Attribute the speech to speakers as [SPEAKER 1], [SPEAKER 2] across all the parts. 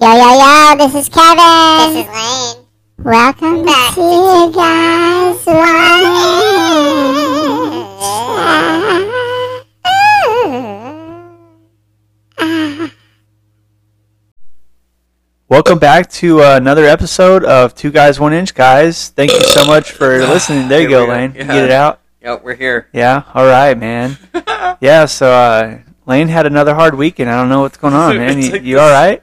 [SPEAKER 1] Yo, yo, yo, this is Kevin.
[SPEAKER 2] This is Lane.
[SPEAKER 1] Welcome
[SPEAKER 2] Back
[SPEAKER 1] to
[SPEAKER 2] to
[SPEAKER 1] you guys
[SPEAKER 3] Welcome back to uh, another episode of Two Guys One Inch Guys. Thank you so much for listening. There you
[SPEAKER 4] Here
[SPEAKER 3] go,
[SPEAKER 4] we are.
[SPEAKER 3] Lane. You
[SPEAKER 4] Yeah.
[SPEAKER 3] Get it out.
[SPEAKER 4] Yep, we're here.
[SPEAKER 3] Yeah. All right, man. Yeah. So uh, Lane had another hard weekend. I don't know what's going on, man.
[SPEAKER 4] It's
[SPEAKER 3] You,
[SPEAKER 4] like
[SPEAKER 3] you
[SPEAKER 4] this-
[SPEAKER 3] all right?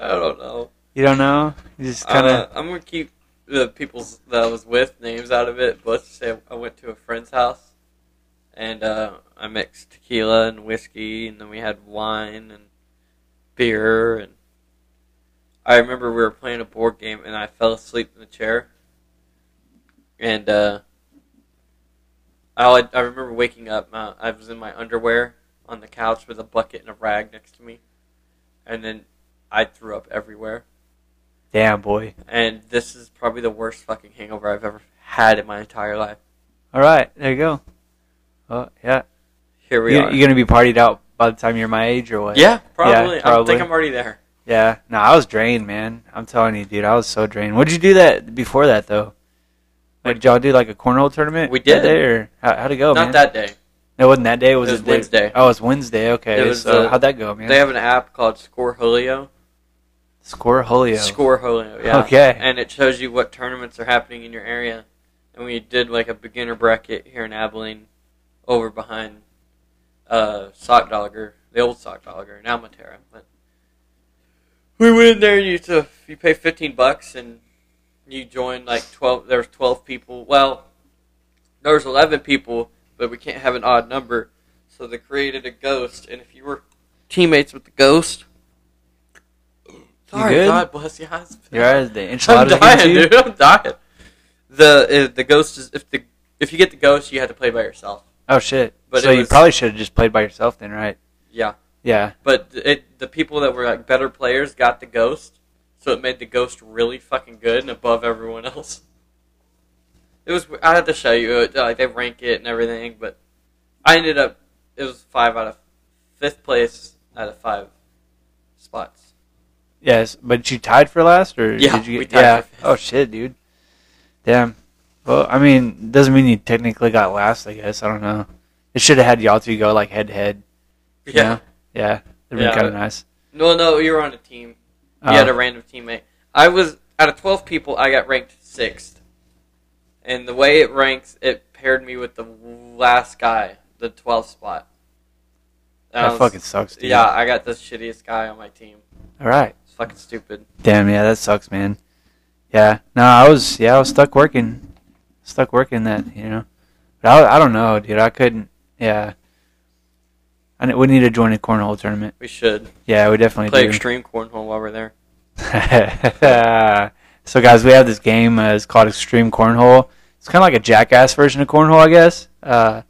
[SPEAKER 4] I don't know.
[SPEAKER 3] You don't know? You just kind
[SPEAKER 4] Uh,
[SPEAKER 3] of.
[SPEAKER 4] I'm gonna keep the people's that I was with names out of it. But let's say I went to a friend's house, and uh, I mixed tequila and whiskey, and then we had wine and beer. And I remember we were playing a board game, and I fell asleep in the chair. And uh, I I remember waking up. My, I was in my underwear on the couch with a bucket and a rag next to me, and then I threw up everywhere
[SPEAKER 3] Damn, boy.
[SPEAKER 4] and this is probably the worst fucking hangover I've ever had in my entire life.
[SPEAKER 3] All right. There you go. Oh yeah.
[SPEAKER 4] Here we
[SPEAKER 3] You,
[SPEAKER 4] are.
[SPEAKER 3] are gonna be partied out by the time you're my age or what?
[SPEAKER 4] yeah, probably. I
[SPEAKER 3] probably.
[SPEAKER 4] think I'm already there.
[SPEAKER 3] Yeah. No, I was drained, man. I'm telling you, dude. I was so drained. What'd you do that before that though? Like, did y'all do like a cornhole tournament?
[SPEAKER 4] We
[SPEAKER 3] that
[SPEAKER 4] did.
[SPEAKER 3] day, or how, how'd it go,
[SPEAKER 4] Not
[SPEAKER 3] Oh, man?
[SPEAKER 4] that day.
[SPEAKER 3] It wasn't that day. Was it,
[SPEAKER 4] It was
[SPEAKER 3] the-
[SPEAKER 4] Wednesday.
[SPEAKER 3] Oh, it's Wednesday. Okay.
[SPEAKER 4] It was
[SPEAKER 3] so
[SPEAKER 4] the-
[SPEAKER 3] how'd that go, man?
[SPEAKER 4] They have an app called Score Holio.
[SPEAKER 3] Score Holio.
[SPEAKER 4] Score Holio, yeah.
[SPEAKER 3] Okay.
[SPEAKER 4] And it shows you what tournaments are happening in your area. And we did like a beginner bracket here in Abilene over behind uh Sock Dogger, the old Sock Dogger, now Matera. But we went in there and you used to, you pay fifteen bucks and you join like twelve there's twelve people. Well, there was eleven people, but we can't have an odd number. So they created a ghost and if you were teammates with the ghost
[SPEAKER 3] You
[SPEAKER 4] Sorry,
[SPEAKER 3] good?
[SPEAKER 4] God bless you. eyes.
[SPEAKER 3] Your eyes, the
[SPEAKER 4] I'm
[SPEAKER 3] enchiladas.
[SPEAKER 4] dying,
[SPEAKER 3] against you?
[SPEAKER 4] dude. I'm dying. The uh, the ghost is if the if you get the ghost, you have to play by yourself.
[SPEAKER 3] Oh shit.
[SPEAKER 4] But
[SPEAKER 3] so
[SPEAKER 4] it
[SPEAKER 3] you
[SPEAKER 4] was-
[SPEAKER 3] probably should have just played by yourself then, right?
[SPEAKER 4] Yeah,
[SPEAKER 3] Yeah.
[SPEAKER 4] but it the people that were like better players got the ghost, so it made the ghost really fucking good and above everyone else. It was I had to show you it, like they rank it and everything, but I ended up it was five out of fifth place out of five spots.
[SPEAKER 3] Yes, but you tied for last, or
[SPEAKER 4] Yeah,
[SPEAKER 3] did you?
[SPEAKER 4] we
[SPEAKER 3] get-
[SPEAKER 4] tied
[SPEAKER 3] yeah.
[SPEAKER 4] for fifth.
[SPEAKER 3] Oh shit, dude. Damn. Well, I mean, doesn't mean you technically got last. I guess I don't know. It should have had y'all two go like head to head. you know? Yeah. It'd been
[SPEAKER 4] Yeah.
[SPEAKER 3] kind of nice.
[SPEAKER 4] No, no, you were on a team. You
[SPEAKER 3] Uh,
[SPEAKER 4] had a random teammate. I was out of twelve people. I got ranked sixth, and the way it ranks, it paired me with the last guy, the twelfth spot. And I
[SPEAKER 3] that
[SPEAKER 4] was-
[SPEAKER 3] fucking sucks, dude.
[SPEAKER 4] yeah. I got the shittiest guy on my team.
[SPEAKER 3] All right.
[SPEAKER 4] It's fucking stupid.
[SPEAKER 3] Damn, yeah, that sucks, man. Yeah, no, I was, yeah, I was stuck working, stuck working that, you know. But I, I don't know, dude. I couldn't. Yeah, I ne- we need to join a cornhole tournament.
[SPEAKER 4] We should
[SPEAKER 3] Yeah, we definitely
[SPEAKER 4] play
[SPEAKER 3] do.
[SPEAKER 4] extreme cornhole while we're there.
[SPEAKER 3] so, guys, we have this game. Uh, it's called Extreme Cornhole. It's kind of like a jackass version of cornhole, I guess. Uh,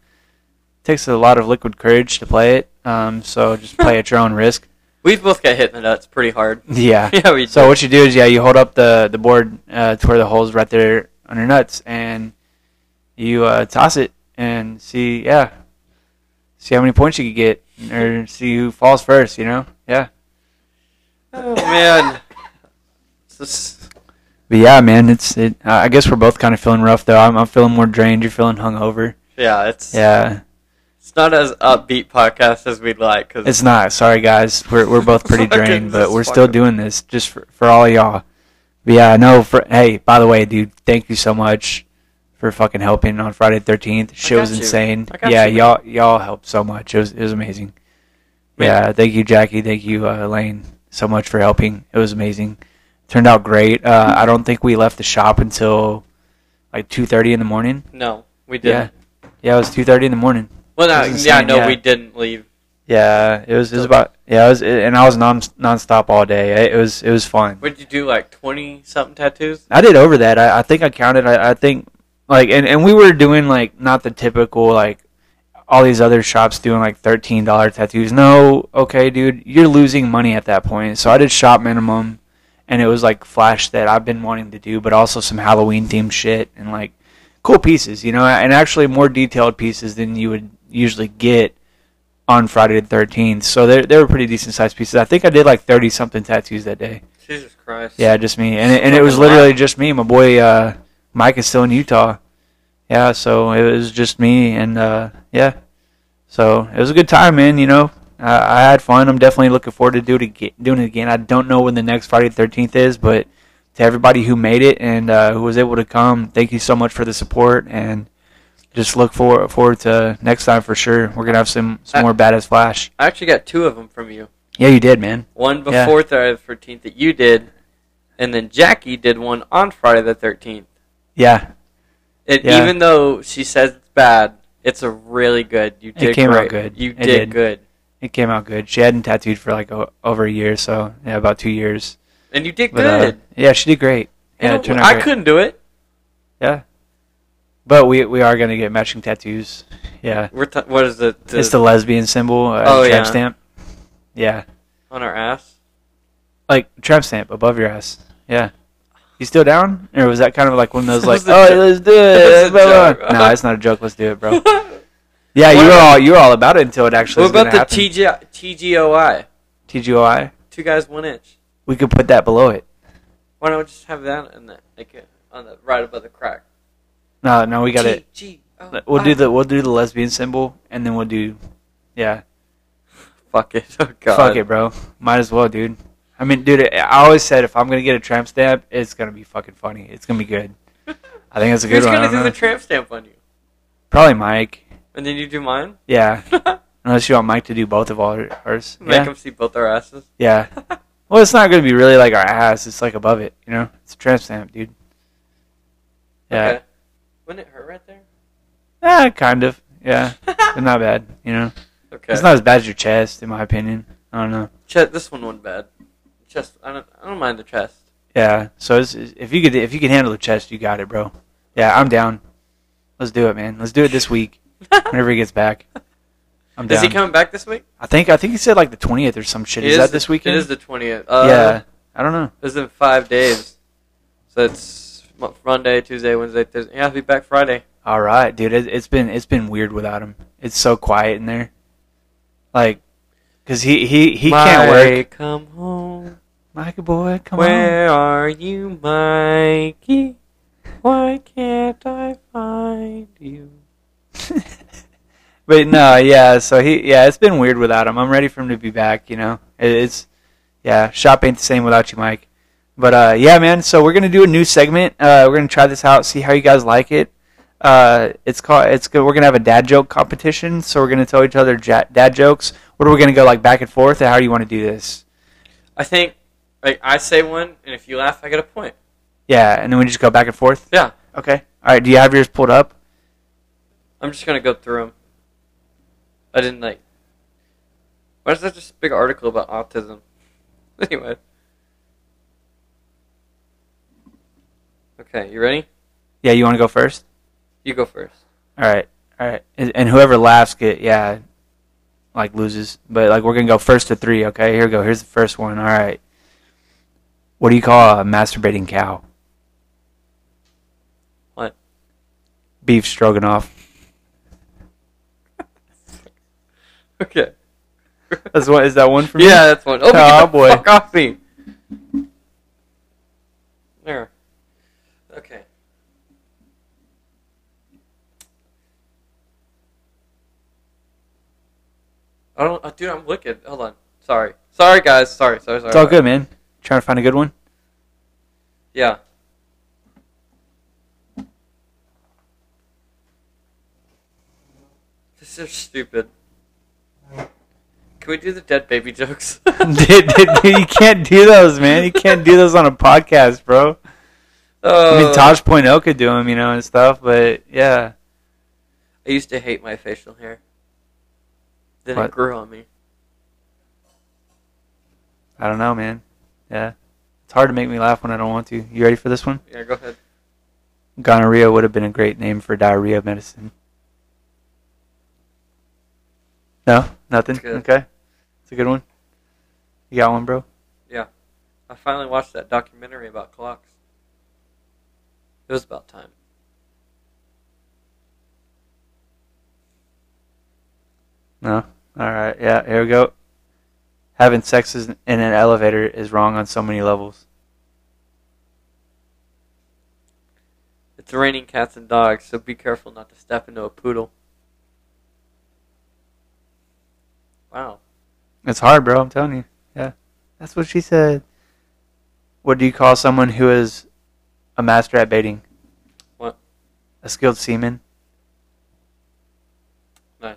[SPEAKER 3] takes a lot of liquid courage to play it. Um, so just play at your own risk.
[SPEAKER 4] We both got hit in the nuts pretty hard.
[SPEAKER 3] Yeah.
[SPEAKER 4] yeah, we.
[SPEAKER 3] So what you do is, yeah, you hold up the the board uh, to where the hole's right there on your nuts, and you uh, toss it and see, yeah, see how many points you can get, or see who falls first. You know, yeah.
[SPEAKER 4] Oh man. It's just-
[SPEAKER 3] But yeah, man, it's it. I I guess we're both kind of feeling rough though. I'm, I'm feeling more drained. You're feeling hungover.
[SPEAKER 4] yeah, it's
[SPEAKER 3] Yeah,
[SPEAKER 4] it's not as upbeat podcast as we'd like because
[SPEAKER 3] it's not. Sorry guys, we're we're both pretty
[SPEAKER 4] Fucking
[SPEAKER 3] drained, but
[SPEAKER 4] this
[SPEAKER 3] we're still
[SPEAKER 4] fucker.
[SPEAKER 3] doing this just for for all y'all. But yeah, no. For hey, by the way, dude, thank you so much for fucking helping on Friday Thirteenth. Shit
[SPEAKER 4] got
[SPEAKER 3] was
[SPEAKER 4] you.
[SPEAKER 3] insane.
[SPEAKER 4] I got
[SPEAKER 3] Yeah,
[SPEAKER 4] you,
[SPEAKER 3] y'all y'all helped so much. It was it was amazing.
[SPEAKER 4] Man.
[SPEAKER 3] Yeah, thank you, Jackie. Thank you, uh, Elaine, so much for helping. It was amazing. Turned out great. Uh, I don't think we left the shop until like two thirty in the morning.
[SPEAKER 4] no, we didn't.
[SPEAKER 3] Yeah, yeah, it was two thirty in the morning.
[SPEAKER 4] Well, no,
[SPEAKER 3] It was
[SPEAKER 4] yeah,
[SPEAKER 3] insane,
[SPEAKER 4] no,
[SPEAKER 3] yeah.
[SPEAKER 4] we didn't leave.
[SPEAKER 3] Yeah, it was it was about yeah, it was and I was non nonstop all day. It was it was fun.
[SPEAKER 4] What did you do? Like twenty something tattoos?
[SPEAKER 3] I did over that. I, I think I counted. I, I think like and and we were doing like not the typical like all these other shops doing like thirteen dollar tattoos. No, okay, dude, you're losing money at that point. So I did shop minimum, and it was like flash that I've been wanting to do, but also some Halloween themed shit and like cool pieces, you know, and actually more detailed pieces than you would usually get on Friday the 13th. So they they were pretty decent sized pieces. I think I did like 30 something tattoos that day.
[SPEAKER 4] Jesus Christ.
[SPEAKER 3] Yeah, just me. And it, and it was literally just me. My boy uh, Mike is still in Utah. Yeah, so it was just me and uh, yeah. So it was a good time, man. You know, I, I had fun. I'm definitely looking forward to do it aga doing it again. I don't know when the next Friday the 13th is, but to everybody who made it and uh, who was able to come, thank you so much for the support and just look for, forward to next time for sure. We're gonna have some some
[SPEAKER 4] I-
[SPEAKER 3] more badass flash.
[SPEAKER 4] I actually got two of them from you.
[SPEAKER 3] Yeah, you did, man.
[SPEAKER 4] One
[SPEAKER 3] Yeah.
[SPEAKER 4] before Friday the thirteenth that you did, and then Jackie did one on Friday the thirteenth.
[SPEAKER 3] Yeah,
[SPEAKER 4] And
[SPEAKER 3] Yeah.
[SPEAKER 4] even though she says it's bad, it's a really good. You did
[SPEAKER 3] came out
[SPEAKER 4] great.
[SPEAKER 3] good.
[SPEAKER 4] You
[SPEAKER 3] It
[SPEAKER 4] did,
[SPEAKER 3] did.
[SPEAKER 4] good,
[SPEAKER 3] it came out good. She hadn't tattooed for like o over a year, so yeah, about two years.
[SPEAKER 4] and you did
[SPEAKER 3] But, uh,
[SPEAKER 4] good.
[SPEAKER 3] yeah, she did great.
[SPEAKER 4] You
[SPEAKER 3] Yeah,
[SPEAKER 4] know,
[SPEAKER 3] it turned out
[SPEAKER 4] I
[SPEAKER 3] great.
[SPEAKER 4] couldn't do it.
[SPEAKER 3] Yeah, but we we are gonna get matching tattoos. Yeah,
[SPEAKER 4] We're t- what is it? The-
[SPEAKER 3] it's the lesbian symbol. Uh,
[SPEAKER 4] Oh,
[SPEAKER 3] tramp
[SPEAKER 4] yeah.
[SPEAKER 3] stamp. Yeah,
[SPEAKER 4] on our ass.
[SPEAKER 3] like tramp stamp above your ass. Yeah. You still down? Or was that kind of like one of those like,
[SPEAKER 4] This is a
[SPEAKER 3] oh,
[SPEAKER 4] joke.
[SPEAKER 3] let's do
[SPEAKER 4] This is
[SPEAKER 3] it?
[SPEAKER 4] a
[SPEAKER 3] blah, blah."
[SPEAKER 4] joke.
[SPEAKER 3] No, it's not a joke. Let's do it, bro.
[SPEAKER 4] what
[SPEAKER 3] Yeah, you
[SPEAKER 4] What
[SPEAKER 3] were
[SPEAKER 4] about-
[SPEAKER 3] all you were all about it until it actually. was gonna
[SPEAKER 4] about the
[SPEAKER 3] happen.
[SPEAKER 4] TG- TGOI?
[SPEAKER 3] TGOI?
[SPEAKER 4] Two guys, one inch.
[SPEAKER 3] We could put that below it.
[SPEAKER 4] Why don't we just have that on that, like uh, on the right above the crack?
[SPEAKER 3] No, no, we got it.
[SPEAKER 4] TGOI.
[SPEAKER 3] We'll do the we'll do the lesbian symbol, and then we'll do, yeah.
[SPEAKER 4] Fuck it. Oh god.
[SPEAKER 3] Fuck it, bro. Might as well, dude. I mean, dude, I always said if I'm gonna get a tramp stamp, it's gonna be fucking funny. It's gonna be good. I think that's a good
[SPEAKER 4] Who's
[SPEAKER 3] one. I
[SPEAKER 4] gonna
[SPEAKER 3] don't
[SPEAKER 4] do the
[SPEAKER 3] know.
[SPEAKER 4] tramp stamp on you?
[SPEAKER 3] Probably Mike.
[SPEAKER 4] And then you do mine.
[SPEAKER 3] Yeah,
[SPEAKER 4] Make
[SPEAKER 3] unless you want Mike to do both of our- ours. Yeah,
[SPEAKER 4] them see both our asses.
[SPEAKER 3] yeah. Well, it's not gonna be really like our ass. It's like above it, you know. It's a tramp stamp, dude. Yeah,
[SPEAKER 4] Okay. Wouldn't it hurt right there?
[SPEAKER 3] ah, kind of. Yeah, but not bad, you know.
[SPEAKER 4] okay.
[SPEAKER 3] It's not as bad as your chest, in my opinion. I don't know.
[SPEAKER 4] Chest, this one wasn't bad. Chest. I don't. I don't mind the chest.
[SPEAKER 3] Yeah. So it's, it's- if you could if you can handle the chest, you got it, bro. Yeah, I'm down. Let's do it, man. Let's do it this week. Whenever he gets back, I'm down.
[SPEAKER 4] Is he coming back this week?
[SPEAKER 3] I think I think he said like the 20th or some shit.
[SPEAKER 4] It
[SPEAKER 3] Is, that
[SPEAKER 4] the-
[SPEAKER 3] this weekend?
[SPEAKER 4] It is the twentieth. Uh,
[SPEAKER 3] yeah. I don't know.
[SPEAKER 4] It's in five days. So it's Mo- Monday, Tuesday, Wednesday, Thursday. Yeah, I'll be back Friday.
[SPEAKER 3] All right, dude. It, it's been it's been weird without him. It's so quiet in there. Like, cause he he he can't
[SPEAKER 4] Mike,
[SPEAKER 3] work.
[SPEAKER 4] Come home.
[SPEAKER 3] Mike boy, come on.
[SPEAKER 4] Where are you, Mikey? Why can't I find you?
[SPEAKER 3] But no, yeah. So he yeah, it's been weird without him. I'm ready for him to be back. You know, it, it's yeah, shop ain't the same without you, Mike. But uh, yeah, man. So we're gonna do a new segment. Uh, we're gonna try this out, see how you guys like it. Uh, it's called. It's good. We're gonna have a dad joke competition. So we're gonna tell each other ja- dad jokes. What are we gonna go like back and forth? And how do you want to do this?
[SPEAKER 4] I think, like, I say one, and if you laugh, I get a point.
[SPEAKER 3] Yeah, and then we just go back and forth.
[SPEAKER 4] Yeah.
[SPEAKER 3] Okay. All right. Do you have yours pulled up?
[SPEAKER 4] I'm just gonna go through them. I didn't like. Why is that just a big article about autism? Anyway. Okay, you ready?
[SPEAKER 3] Yeah. You want to go first?
[SPEAKER 4] You go first.
[SPEAKER 3] All right, all right, and and whoever laughs get yeah, like loses. But like we're gonna go first to three. Okay, here we go. Here's the first one. All right. What do you call a masturbating cow?
[SPEAKER 4] What?
[SPEAKER 3] Beef stroganoff.
[SPEAKER 4] Okay.
[SPEAKER 3] That's one. Is that one for me?
[SPEAKER 4] yeah, that's one. Oh,
[SPEAKER 3] Aw,
[SPEAKER 4] oh
[SPEAKER 3] boy.
[SPEAKER 4] boy. Fuck off me. There. Okay. I don't, uh, dude. I'm wicked. Hold on. Sorry. Sorry, guys. Sorry. Sorry. Sorry.
[SPEAKER 3] It's all good, man. Trying to find a good one.
[SPEAKER 4] Yeah. This is stupid. Can we do the dead baby jokes?
[SPEAKER 3] Dude, dude, dude, you can't do those, man. You can't do those on a podcast, bro. I mean,
[SPEAKER 4] Oh.
[SPEAKER 3] Taj Point O could do them, you know, and stuff. But yeah,
[SPEAKER 4] I used to hate my facial hair. Then
[SPEAKER 3] What?
[SPEAKER 4] it grew on me.
[SPEAKER 3] I don't know, man. Yeah, it's hard to make me laugh when I don't want to. You ready for this one?
[SPEAKER 4] Yeah, go ahead.
[SPEAKER 3] Gonorrhea would have been a great name for diarrhea medicine. No, nothing.
[SPEAKER 4] That's good.
[SPEAKER 3] Okay, it's a good one. You got one, bro.
[SPEAKER 4] I finally watched that documentary about clocks. It was about time.
[SPEAKER 3] No, All right. Yeah. Here we go. Having sex is- in an elevator is wrong on so many levels.
[SPEAKER 4] It's raining cats and dogs, so be careful not to step into a poodle. Wow.
[SPEAKER 3] It's hard, bro. I'm telling you. Yeah. That's what she said. What do you call someone who is a master at baiting?
[SPEAKER 4] What?
[SPEAKER 3] A skilled seaman.
[SPEAKER 4] Nice.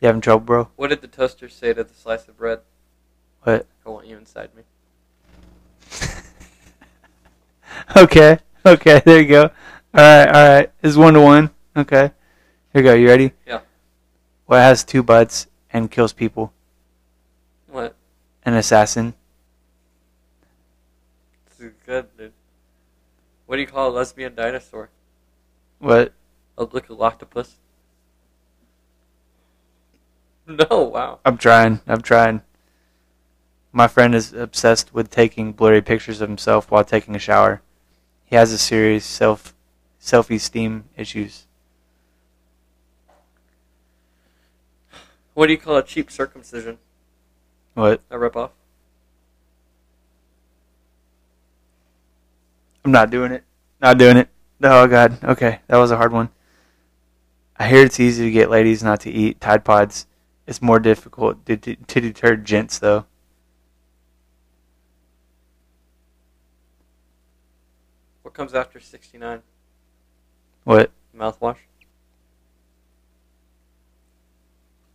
[SPEAKER 3] You having trouble, bro?
[SPEAKER 4] What did the toaster say to the slice of bread?
[SPEAKER 3] What?
[SPEAKER 4] I want you inside me.
[SPEAKER 3] Okay. Okay. There you go. All right. All right. It's one to one. Okay. Here we go. You ready?
[SPEAKER 4] Yeah.
[SPEAKER 3] What has two butts and kills people?
[SPEAKER 4] What?
[SPEAKER 3] An assassin.
[SPEAKER 4] This is good, dude. What do you call a lesbian dinosaur?
[SPEAKER 3] What?
[SPEAKER 4] A little octopus? No, wow.
[SPEAKER 3] I'm trying. I'm trying. My friend is obsessed with taking blurry pictures of himself while taking a shower. He has a serious self self-esteem issues.
[SPEAKER 4] What do you call a cheap circumcision?
[SPEAKER 3] What?
[SPEAKER 4] A ripoff?
[SPEAKER 3] I'm not doing it. Not doing it. Oh god. Okay, that was a hard one. I hear it's easy to get ladies not to eat Tide Pods. It's more difficult to, to, to deter gents though.
[SPEAKER 4] What comes after 69?
[SPEAKER 3] What?
[SPEAKER 4] Mouthwash?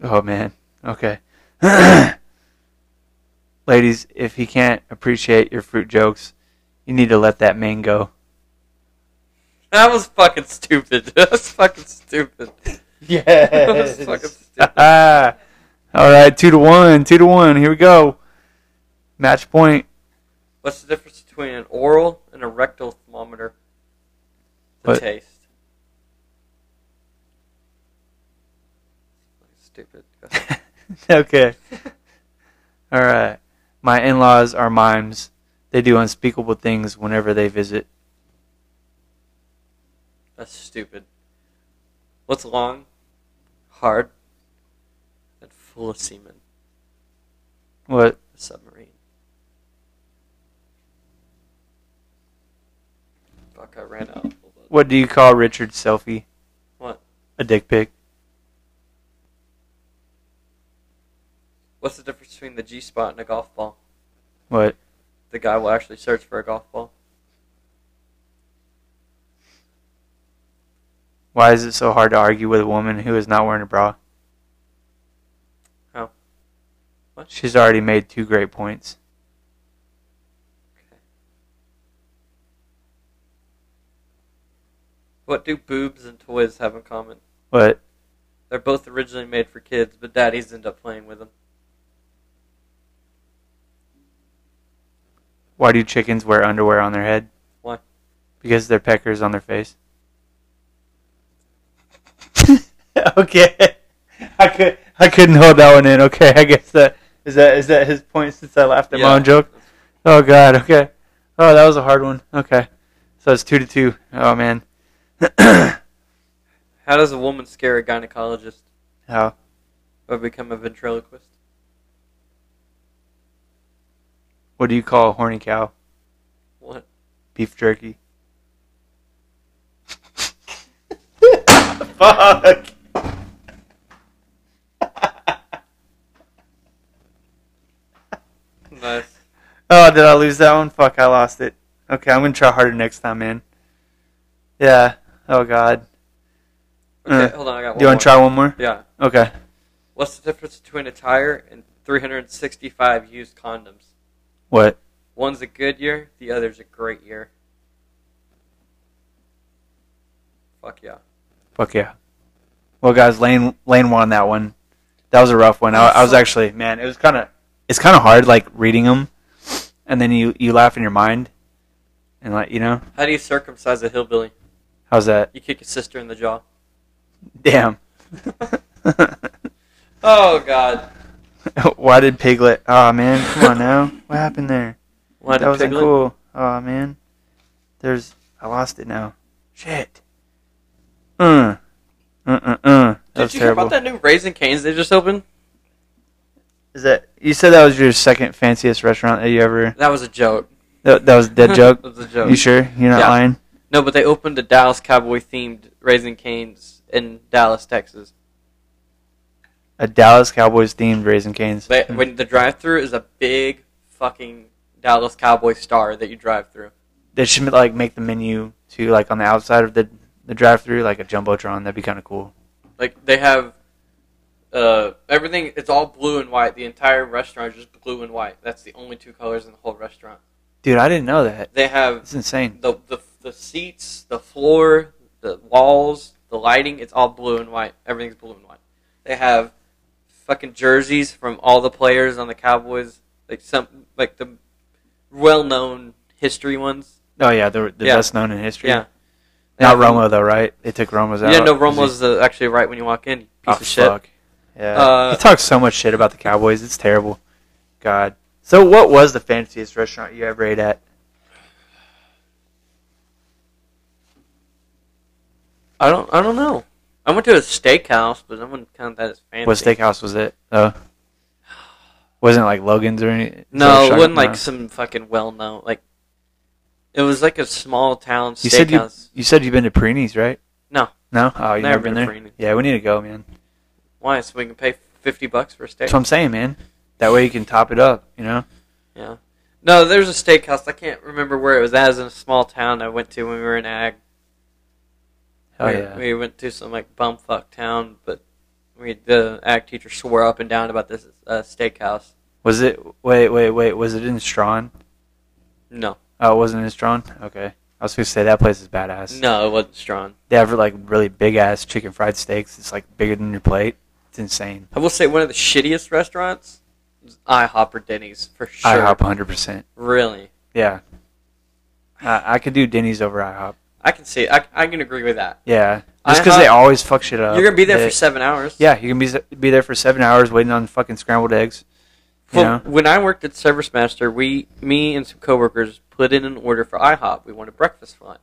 [SPEAKER 3] Oh man. Okay. ladies, if he can't appreciate your fruit jokes, you need to let that man go.
[SPEAKER 4] That was fucking stupid. That's fucking stupid.
[SPEAKER 3] Yes.
[SPEAKER 4] That was fucking stupid.
[SPEAKER 3] Ah. All right, two to one, two to one. Here we go. Match point.
[SPEAKER 4] What's the difference between an oral and a rectal thermometer? The
[SPEAKER 3] What?
[SPEAKER 4] taste. Stupid.
[SPEAKER 3] okay. All right. My in-laws are mimes. They do unspeakable things whenever they visit.
[SPEAKER 4] That's stupid. What's long, hard, and full of semen?
[SPEAKER 3] What?
[SPEAKER 4] A submarine. Fuck, I ran out. Hold on.
[SPEAKER 3] What do you call Richard's selfie?
[SPEAKER 4] What?
[SPEAKER 3] A dick pic.
[SPEAKER 4] What's the difference between the G spot and a golf ball?
[SPEAKER 3] What?
[SPEAKER 4] The guy will actually search for a golf ball.
[SPEAKER 3] Why is it so hard to argue with a woman who is not wearing a bra?
[SPEAKER 4] How? What?
[SPEAKER 3] She's already made two great points.
[SPEAKER 4] Okay. What do boobs and toys have in common?
[SPEAKER 3] What?
[SPEAKER 4] They're both originally made for kids, but daddies end up playing with them.
[SPEAKER 3] Why do chickens wear underwear on their head?
[SPEAKER 4] Why?
[SPEAKER 3] Because they're peckers on their face. okay. I could I couldn't hold that one in. Okay, I guess that is that is that his point since I laughed at my own joke. Oh god, okay. Oh, that was a hard one. Okay. So it's 2 to 2. Oh man.
[SPEAKER 4] How does a woman scare a gynecologist
[SPEAKER 3] How?
[SPEAKER 4] or become a ventriloquist?
[SPEAKER 3] What do you call a horny cow?
[SPEAKER 4] What?
[SPEAKER 3] Beef jerky. Fuck.
[SPEAKER 4] Nice.
[SPEAKER 3] Oh, did I lose that one? Fuck, I lost it. Okay, I'm gonna try harder next time, man. Yeah. Oh God.
[SPEAKER 4] Okay,
[SPEAKER 3] Uh,
[SPEAKER 4] hold on, I got one.
[SPEAKER 3] Do you want
[SPEAKER 4] more.
[SPEAKER 3] to try one more?
[SPEAKER 4] Yeah.
[SPEAKER 3] Okay.
[SPEAKER 4] What's the difference between a tire and 365 used condoms?
[SPEAKER 3] What?
[SPEAKER 4] One's a good year, the other's a great year. Fuck yeah.
[SPEAKER 3] Fuck yeah. Well, guys, Lane Lane won that one. That was a rough one. I, I was actually, man, it was kind of it's kind of hard like reading them, and then you you laugh in your mind, and like you know
[SPEAKER 4] How do you circumcise a hillbilly?
[SPEAKER 3] how's that?
[SPEAKER 4] You kick his sister in the jaw.
[SPEAKER 3] Damn.
[SPEAKER 4] Oh God!
[SPEAKER 3] Why did Piglet? Oh man, come on now. What happened there?
[SPEAKER 4] What
[SPEAKER 3] that wasn't cool. Oh man, there's I lost it now. Shit. Mm. Uh uh uh.
[SPEAKER 4] Did
[SPEAKER 3] That's
[SPEAKER 4] you
[SPEAKER 3] terrible.
[SPEAKER 4] hear about that new Raisin Canes they just opened?
[SPEAKER 3] Is that you said that was your second fanciest restaurant that you ever?
[SPEAKER 4] That was a joke.
[SPEAKER 3] That, that was a dead joke.
[SPEAKER 4] that was a joke.
[SPEAKER 3] You sure you're not
[SPEAKER 4] Yeah.
[SPEAKER 3] lying?
[SPEAKER 4] No, but they opened a Dallas Cowboy themed Raisin Canes in Dallas, Texas.
[SPEAKER 3] A Dallas Cowboys themed Raisin Canes.
[SPEAKER 4] They, when the drive through is a big fucking Dallas Cowboy star that you drive through.
[SPEAKER 3] they should like make the menu too, like on the outside of the the drive-through, like a jumbotron. That'd be kind of cool.
[SPEAKER 4] Like they have uh, everything. It's all blue and white. The entire restaurant is just blue and white. That's the only two colors in the whole restaurant.
[SPEAKER 3] Dude, I didn't know that.
[SPEAKER 4] They have
[SPEAKER 3] It's insane.
[SPEAKER 4] the the, the seats, the floor, the walls, the lighting. It's all blue and white. Everything's blue and white. They have fucking jerseys from all the players on the Cowboys. Like some like the well known history ones.
[SPEAKER 3] Oh yeah, the the
[SPEAKER 4] Yeah.
[SPEAKER 3] best known in history.
[SPEAKER 4] Yeah.
[SPEAKER 3] Not
[SPEAKER 4] Yeah.
[SPEAKER 3] Romo though, right? They took Romo's out.
[SPEAKER 4] Yeah, no,
[SPEAKER 3] Is
[SPEAKER 4] Romo's uh, actually right when you walk in. you
[SPEAKER 3] he-
[SPEAKER 4] Piece
[SPEAKER 3] oh,
[SPEAKER 4] of shit.
[SPEAKER 3] fuck. Yeah.
[SPEAKER 4] Ah, Uh,
[SPEAKER 3] he talks so much shit about the Cowboys. It's terrible. God. So what was the fanciest restaurant you ever ate at?
[SPEAKER 4] I don't. I don't know. I went to a steakhouse, but I wouldn't count that as fancy.
[SPEAKER 3] What steakhouse was it? Uh, wasn't it like Logan's or anything?
[SPEAKER 4] No, it wasn't like some fucking well-known. Like it was like a small town
[SPEAKER 3] You said you,
[SPEAKER 4] steakhouse.
[SPEAKER 3] you said you've been to Perini's, right?
[SPEAKER 4] No.
[SPEAKER 3] No? Oh, you've
[SPEAKER 4] Never
[SPEAKER 3] never been,
[SPEAKER 4] been to
[SPEAKER 3] there?
[SPEAKER 4] Perini's.
[SPEAKER 3] Yeah, we need to go, man.
[SPEAKER 4] Why? So we can pay fifty bucks for a steak?
[SPEAKER 3] That's what I'm saying, man. That way you can top it up, you know?
[SPEAKER 4] Yeah. No, there's a steakhouse. I can't remember where it was. That was in a small town I went to when we were in ag.
[SPEAKER 3] Hell
[SPEAKER 4] we,
[SPEAKER 3] Oh, yeah.
[SPEAKER 4] we went to some like bumfuck town, but we the ag teacher swore up and down about this uh, steakhouse.
[SPEAKER 3] Was it, wait, wait, wait, was it in Strawn?
[SPEAKER 4] No,
[SPEAKER 3] Oh, it wasn't in Strawn? Okay. I was going to say that place is badass.
[SPEAKER 4] no, it wasn't strong.
[SPEAKER 3] They have like really big ass chicken fried steaks. It's like bigger than your plate. It's insane.
[SPEAKER 4] I will say one of the shittiest restaurants is IHOP or Denny's for sure.
[SPEAKER 3] IHOP 100%.
[SPEAKER 4] Really.
[SPEAKER 3] Yeah. I I could do Denny's over IHOP.
[SPEAKER 4] I can see I, I can agree with that.
[SPEAKER 3] Yeah. Just because
[SPEAKER 4] IHOP
[SPEAKER 3] they always fuck shit up.
[SPEAKER 4] You're gonna be there
[SPEAKER 3] They-
[SPEAKER 4] for seven hours.
[SPEAKER 3] Uh, Yeah, you can be be there for seven hours waiting on fucking scrambled eggs. You
[SPEAKER 4] Well,
[SPEAKER 3] know?
[SPEAKER 4] when I worked at Service Master, we me and some coworkers put in an order for IHOP. We wanted breakfast lunch.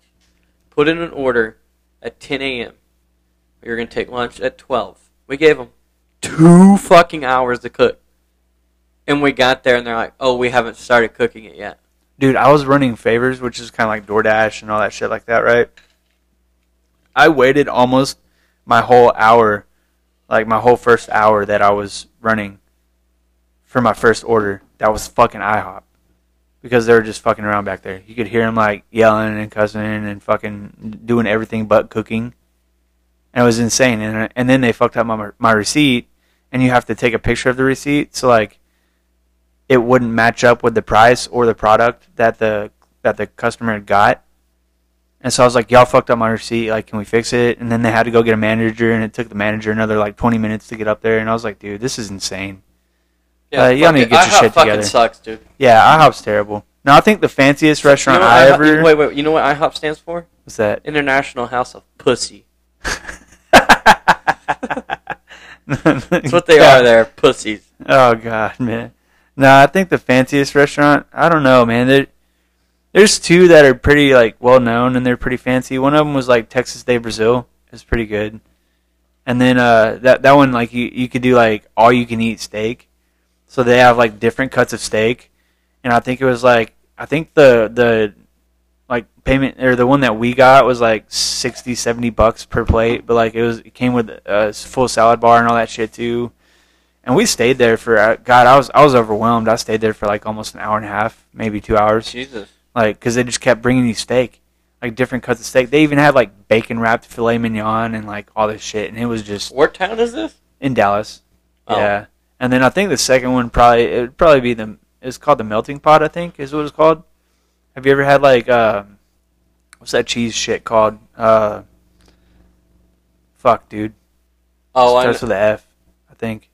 [SPEAKER 4] Put in an order at ten AM. We were gonna take lunch at twelve. We gave them two fucking hours to cook. And we got there and they're like, Oh, we haven't started cooking it yet.
[SPEAKER 3] Dude, I was running favors, which is kind of like DoorDash and all that shit like that, right? I waited almost my whole hour, like my whole first hour that I was running for my first order. That was fucking IHOP because they were just fucking around back there. You could hear them like yelling and cussing and fucking doing everything but cooking. And it was insane. And and then they fucked up my my receipt, and you have to take a picture of the receipt. So like, it wouldn't match up with the price or the product that the that the customer had got. And so I was like, y'all fucked up my receipt. Like, can we fix it? And then they had to go get a manager, and it took the manager another like 20 minutes to get up there. And I was like, dude, this is insane. Yeah, Uh, y'all
[SPEAKER 4] fuck
[SPEAKER 3] need to
[SPEAKER 4] it.
[SPEAKER 3] get your
[SPEAKER 4] IHOP
[SPEAKER 3] shit
[SPEAKER 4] fucking
[SPEAKER 3] together.
[SPEAKER 4] sucks, dude.
[SPEAKER 3] Yeah, IHOP's terrible. No, I think the fanciest restaurant
[SPEAKER 4] You know
[SPEAKER 3] I
[SPEAKER 4] what
[SPEAKER 3] ever
[SPEAKER 4] IHOP, wait, wait, you know what IHOP stands for?
[SPEAKER 3] was that.
[SPEAKER 4] International House of Pussy.
[SPEAKER 3] That's
[SPEAKER 4] That's what they are there, pussies.
[SPEAKER 3] Oh god, man. No, I think the fanciest restaurant. I don't know, man. There, there's two that are pretty like well known and they're pretty fancy. One of them was like Texas Day Brazil. It's pretty good. And then uh, that that one like you you could do like all you can eat steak. So they have like different cuts of steak, and I think it was like I think the the like payment or the one that we got was like 60 70 bucks per plate but like it was it came with a full salad bar and all that shit too and we stayed there for uh, God, I was I was overwhelmed. I stayed there for like almost an hour and a half, maybe two hours,
[SPEAKER 4] Jesus.
[SPEAKER 3] like because they just kept bringing you steak, like different cuts of steak. They even had like bacon wrapped filet mignon and like all this shit, and it was just
[SPEAKER 4] What town is this?
[SPEAKER 3] in Dallas.
[SPEAKER 4] Oh.
[SPEAKER 3] Yeah, and then I think the second one probably it would probably be the it's called the melting pot. I think is what it's called. Have you ever had like um, what's that cheese shit called? Uh, fuck, dude,
[SPEAKER 4] Oh, I
[SPEAKER 3] starts
[SPEAKER 4] know.
[SPEAKER 3] with the F, I think.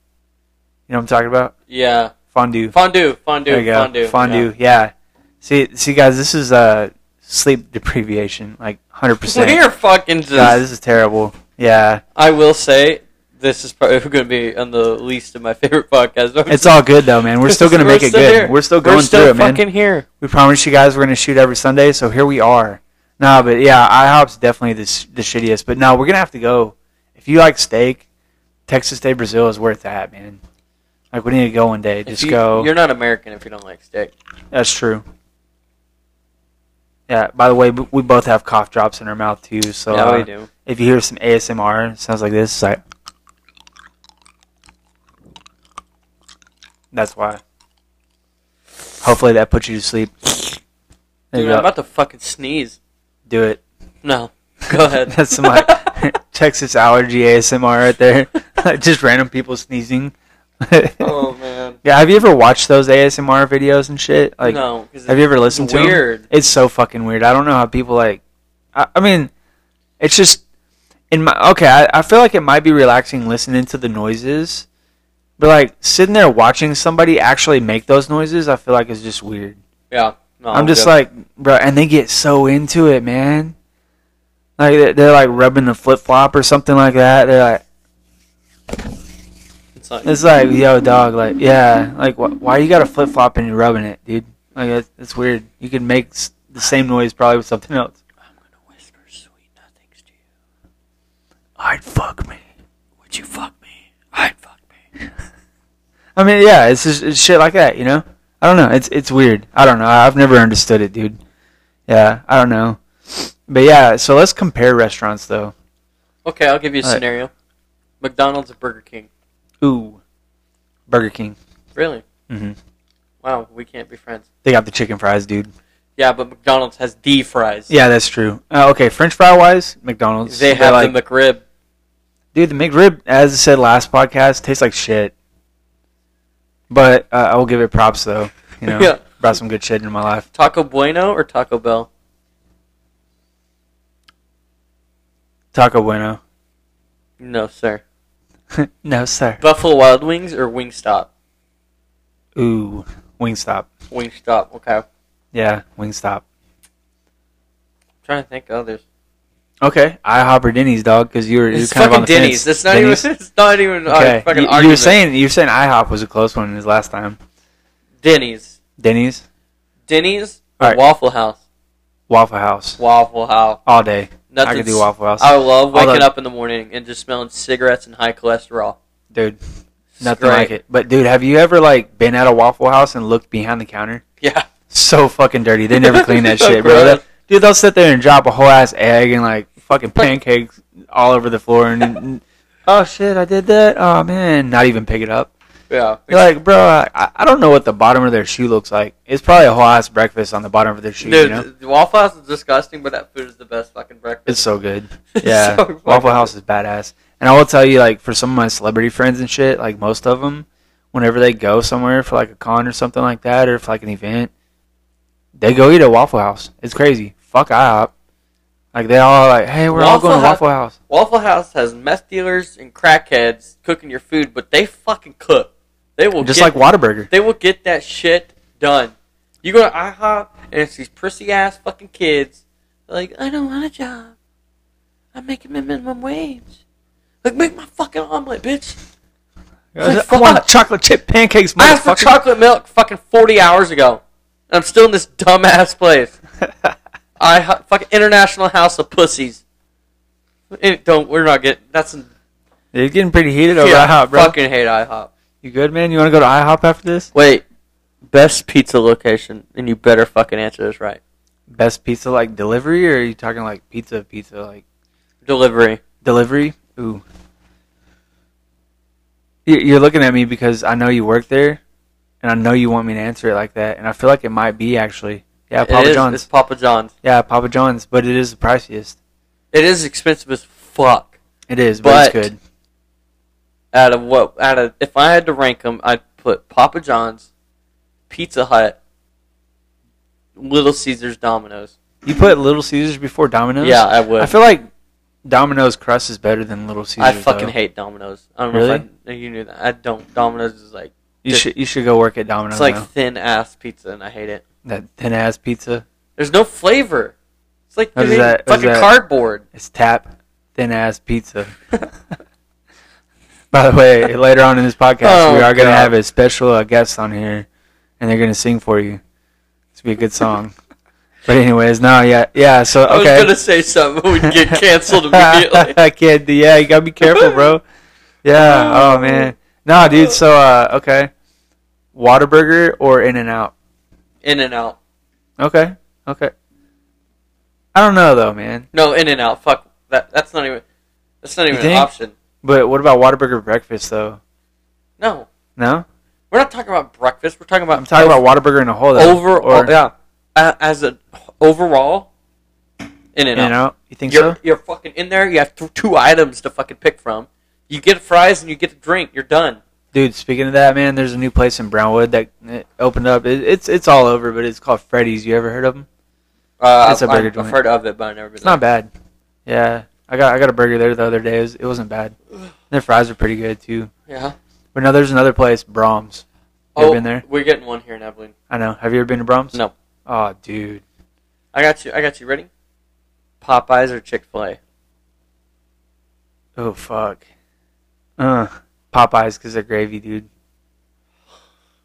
[SPEAKER 3] You know what I'm talking about?
[SPEAKER 4] yeah.
[SPEAKER 3] Fondue.
[SPEAKER 4] Fondue, fondue,
[SPEAKER 3] There you go.
[SPEAKER 4] fondue.
[SPEAKER 3] yeah. See, see, guys, this is uh sleep deprivation, like hundred
[SPEAKER 4] Yeah.
[SPEAKER 3] percent.
[SPEAKER 4] We're fucking just.
[SPEAKER 3] God, this is terrible. Yeah,
[SPEAKER 4] I will say this is probably going to be on the least of my favorite podcasts.
[SPEAKER 3] it's all good though, man. We're still gonna make it
[SPEAKER 4] still
[SPEAKER 3] good.
[SPEAKER 4] here.
[SPEAKER 3] We're still going
[SPEAKER 4] we're still
[SPEAKER 3] through it, man.
[SPEAKER 4] fucking here.
[SPEAKER 3] We promised you guys we're gonna shoot every Sunday, so here we are. Nah, but yeah, IHOP's definitely the s- the shittiest. But no, we're gonna have to go. If If you like steak, Texas Day Brazil is worth that, man. Like we need to go one day.
[SPEAKER 4] If
[SPEAKER 3] Just
[SPEAKER 4] you-
[SPEAKER 3] go.
[SPEAKER 4] You're not American if you don't like steak.
[SPEAKER 3] That's true. Yeah. By the way, we we both have cough drops in our mouth too. So
[SPEAKER 4] yeah,
[SPEAKER 3] uh,
[SPEAKER 4] we do.
[SPEAKER 3] if you hear some ASMR, it sounds like this. It's like that's why. Hopefully that puts you to sleep. There
[SPEAKER 4] Dude,
[SPEAKER 3] you
[SPEAKER 4] I'm
[SPEAKER 3] go.
[SPEAKER 4] about to fucking sneeze.
[SPEAKER 3] Do it.
[SPEAKER 4] No, go ahead.
[SPEAKER 3] That's some like Texas allergy ASMR right there. Like, Just random people sneezing.
[SPEAKER 4] oh man.
[SPEAKER 3] Yeah, have you ever watched those ASMR videos and shit? Like,
[SPEAKER 4] no, 'cause
[SPEAKER 3] have you ever listened
[SPEAKER 4] it's
[SPEAKER 3] to 'em?
[SPEAKER 4] weird.
[SPEAKER 3] It's so fucking weird. I don't know how people like. I, I mean, it's just in my okay. I, I feel like it might be relaxing listening to the noises, but like sitting there watching somebody actually make those noises, I feel like is just weird.
[SPEAKER 4] Yeah. No,
[SPEAKER 3] I'm just
[SPEAKER 4] good.
[SPEAKER 3] like, bro, and they get so into it, man. Like they're, they're like rubbing the flip flop or something like that. They're like,
[SPEAKER 4] It's not,
[SPEAKER 3] it's like, yo, dog, like, yeah, like, wh- why you got a flip flop and you're rubbing it, dude? Like, that's, that's weird. You can make s- the same noise probably with something else.
[SPEAKER 4] I'm gonna whisper sweet nothings to you.
[SPEAKER 3] I'd fuck me.
[SPEAKER 4] Would you fuck me? I'd fuck me.
[SPEAKER 3] I mean, yeah, it's just it's shit like that, you know. I don't know. It's it's weird. I don't know. I- I've never understood it, dude. Yeah, I don't know. But yeah, so let's compare restaurants though.
[SPEAKER 4] Okay, I'll give you a
[SPEAKER 3] Alright.
[SPEAKER 4] scenario. McDonald's or Burger King.
[SPEAKER 3] Ooh, Burger King.
[SPEAKER 4] Really?
[SPEAKER 3] hmm
[SPEAKER 4] Wow, we can't be friends.
[SPEAKER 3] They got the chicken fries, dude.
[SPEAKER 4] Yeah, but McDonald's has the fries.
[SPEAKER 3] Yeah, that's true. Uh, okay, French fry wise, McDonald's.
[SPEAKER 4] They
[SPEAKER 3] They're
[SPEAKER 4] have
[SPEAKER 3] like,
[SPEAKER 4] the McRib.
[SPEAKER 3] dude. The McRib, as I said last podcast, tastes like shit. But uh, I will give it props though. You know,
[SPEAKER 4] Yeah.
[SPEAKER 3] brought some good shit into my life.
[SPEAKER 4] Taco Bueno or Taco Bell?
[SPEAKER 3] Taco Bueno.
[SPEAKER 4] No, sir.
[SPEAKER 3] no sir.
[SPEAKER 4] Buffalo Wild Wings or Wingstop?
[SPEAKER 3] Ooh, Wingstop.
[SPEAKER 4] Wingstop, okay. I'm
[SPEAKER 3] Yeah, Wingstop.
[SPEAKER 4] trying to think of others.
[SPEAKER 3] Okay, IHOP or Denny's, dog, because you were you were
[SPEAKER 4] It's
[SPEAKER 3] kind of on
[SPEAKER 4] fucking
[SPEAKER 3] the
[SPEAKER 4] Denny's.
[SPEAKER 3] fence.
[SPEAKER 4] That's not
[SPEAKER 3] Denny's?
[SPEAKER 4] even. It's not even. a
[SPEAKER 3] Okay,
[SPEAKER 4] fucking
[SPEAKER 3] you, you were
[SPEAKER 4] argument.
[SPEAKER 3] saying you were saying IHOP was a close one this last time.
[SPEAKER 4] Denny's,
[SPEAKER 3] Denny's,
[SPEAKER 4] Denny's, or
[SPEAKER 3] Alright.
[SPEAKER 4] Waffle House.
[SPEAKER 3] Waffle House,
[SPEAKER 4] Waffle House.
[SPEAKER 3] all day. I
[SPEAKER 4] Nothing.
[SPEAKER 3] could do Waffle House,
[SPEAKER 4] I love
[SPEAKER 3] All the-
[SPEAKER 4] waking up in the morning and just smelling cigarettes and high cholesterol.
[SPEAKER 3] dude.
[SPEAKER 4] It's
[SPEAKER 3] Nothing
[SPEAKER 4] great.
[SPEAKER 3] like it. But dude, have you ever like been at a Waffle House and looked behind the counter?
[SPEAKER 4] Yeah.
[SPEAKER 3] So fucking dirty. They never clean that
[SPEAKER 4] So
[SPEAKER 3] shit, bro.
[SPEAKER 4] gross.
[SPEAKER 3] dude, they'll sit there and drop a whole ass egg and like fucking pancakes all over the floor and, and oh shit, I did that. Oh man, not even pick it up.
[SPEAKER 4] Yeah.
[SPEAKER 3] You're like, bro, I, I don't know what the bottom of their shoe looks like. It's probably a whole ass breakfast on the bottom of their shoe.
[SPEAKER 4] Dude,
[SPEAKER 3] you know,
[SPEAKER 4] the Waffle House is disgusting, but that food is the best fucking breakfast.
[SPEAKER 3] it's so good.
[SPEAKER 4] It's
[SPEAKER 3] Yeah,
[SPEAKER 4] so fucking
[SPEAKER 3] Waffle House is badass. And I will tell you, like, for some of my celebrity friends and shit, like most of them, whenever they go somewhere for like a con or something like that, or for like an event, they go eat at Waffle House. It's crazy. Fuck IHOP. Like they all like, hey, we're all
[SPEAKER 4] Waffle
[SPEAKER 3] going to
[SPEAKER 4] Hou-
[SPEAKER 3] Waffle House.
[SPEAKER 4] Waffle House has meth dealers and crackheads cooking your food, but they fucking cook. They will
[SPEAKER 3] Just like
[SPEAKER 4] get,
[SPEAKER 3] Whataburger.
[SPEAKER 4] they will get that shit done. You go to IHOP and it's these prissy ass fucking kids. They're like, I don't want a job. I'm making my minimum wage. Like, make my fucking omelet, bitch. like,
[SPEAKER 3] I want
[SPEAKER 4] fuck.
[SPEAKER 3] chocolate chip pancakes,
[SPEAKER 4] I asked for
[SPEAKER 3] motherfucker.
[SPEAKER 4] chocolate milk fucking 40 hours ago. And I'm still in this dumbass place. I fucking International House of Pussies. It don't, we're not getting, that's,
[SPEAKER 3] You're getting pretty heated over
[SPEAKER 4] yeah, I
[SPEAKER 3] IHOP, bro.
[SPEAKER 4] fucking hate IHOP.
[SPEAKER 3] You good, man? You want to go to IHOP after this?
[SPEAKER 4] Wait, best pizza location, and you better fucking answer this right.
[SPEAKER 3] Best pizza like delivery, or are you talking like pizza pizza like
[SPEAKER 4] Delivery.
[SPEAKER 3] delivery? Ooh, You- you're looking at me because I know you work there, and I know you want me to answer it like that, and I feel like it might be actually. Yeah,
[SPEAKER 4] It
[SPEAKER 3] Papa
[SPEAKER 4] is-
[SPEAKER 3] John's.
[SPEAKER 4] It's Papa John's.
[SPEAKER 3] yeah, Papa John's, but it is the priciest.
[SPEAKER 4] It is expensive as fuck.
[SPEAKER 3] It is, but,
[SPEAKER 4] But-
[SPEAKER 3] it's good.
[SPEAKER 4] Out of what? Out of if I had to rank them, I'd put Papa John's, Pizza Hut, Little Caesars, Domino's.
[SPEAKER 3] You put Little Caesars before Domino's.
[SPEAKER 4] Yeah, I would.
[SPEAKER 3] I
[SPEAKER 4] I,
[SPEAKER 3] feel like Domino's crust is better than Little Caesars.
[SPEAKER 4] fucking
[SPEAKER 3] though.
[SPEAKER 4] hate Domino's. I don't know
[SPEAKER 3] Really?
[SPEAKER 4] if I, you knew that. I don't. Domino's is like
[SPEAKER 3] You
[SPEAKER 4] Just-
[SPEAKER 3] should you should go work at Domino's.
[SPEAKER 4] it's like
[SPEAKER 3] now.
[SPEAKER 4] thin ass pizza, and I hate it.
[SPEAKER 3] that thin ass pizza.
[SPEAKER 4] There's no flavor. It's like
[SPEAKER 3] What is
[SPEAKER 4] dude,
[SPEAKER 3] that- what is
[SPEAKER 4] fucking
[SPEAKER 3] that?
[SPEAKER 4] cardboard.
[SPEAKER 3] It's tap thin ass pizza. By the way, later on in this podcast, we
[SPEAKER 4] Oh,
[SPEAKER 3] are going to
[SPEAKER 4] God.
[SPEAKER 3] have a special uh, guest on here, and they're going to sing for you. It's gonna be a good song. But anyways, no, yeah, yeah. So
[SPEAKER 4] I was
[SPEAKER 3] okay.
[SPEAKER 4] gonna say something, but we'd get canceled immediately.
[SPEAKER 3] I can't. do- Yeah, you gotta be careful, bro. Yeah. Oh man. No, dude. So uh, okay, Waterburger or In and Out.
[SPEAKER 4] In and out.
[SPEAKER 3] Okay. Okay. I don't know though, man.
[SPEAKER 4] No, in and out. Fuck that. That's not even. That's not
[SPEAKER 3] You
[SPEAKER 4] even an
[SPEAKER 3] think?
[SPEAKER 4] option.
[SPEAKER 3] But what about Waterburger breakfast though?
[SPEAKER 4] No,
[SPEAKER 3] No,
[SPEAKER 4] we're not talking about breakfast. We're talking about.
[SPEAKER 3] I'm talking about Waterburger in a whole. Though,
[SPEAKER 4] over. oh,
[SPEAKER 3] or
[SPEAKER 4] yeah, A- as a overall. In and
[SPEAKER 3] In and
[SPEAKER 4] out.
[SPEAKER 3] Out. You think
[SPEAKER 4] You're
[SPEAKER 3] so?
[SPEAKER 4] you're fucking in there. You have th- two items to fucking pick from. You get fries and you get a drink. You're done.
[SPEAKER 3] Dude, speaking of that, man, there's a new place in Brownwood that eh, opened up. It, it's it's all over, but it's called Freddy's. You ever heard of them?
[SPEAKER 4] Uh,
[SPEAKER 3] It's a
[SPEAKER 4] I've-
[SPEAKER 3] burger
[SPEAKER 4] I've,
[SPEAKER 3] joint.
[SPEAKER 4] heard of it, but I never.
[SPEAKER 3] It's not bad. Yeah, I got I got a burger there the other day. It, was, it wasn't bad. Their fries are pretty good too.
[SPEAKER 4] Yeah.
[SPEAKER 3] But no, there's another place, Brahms. You ever
[SPEAKER 4] Oh,
[SPEAKER 3] been there?
[SPEAKER 4] we're getting one here in Abilene.
[SPEAKER 3] I know. Have you ever been to Brahms?
[SPEAKER 4] No.
[SPEAKER 3] Oh, dude.
[SPEAKER 4] I got you. I got you. Ready? Popeyes or Chick Fil A?
[SPEAKER 3] Oh fuck. Uh, Popeyes because they're gravy, dude.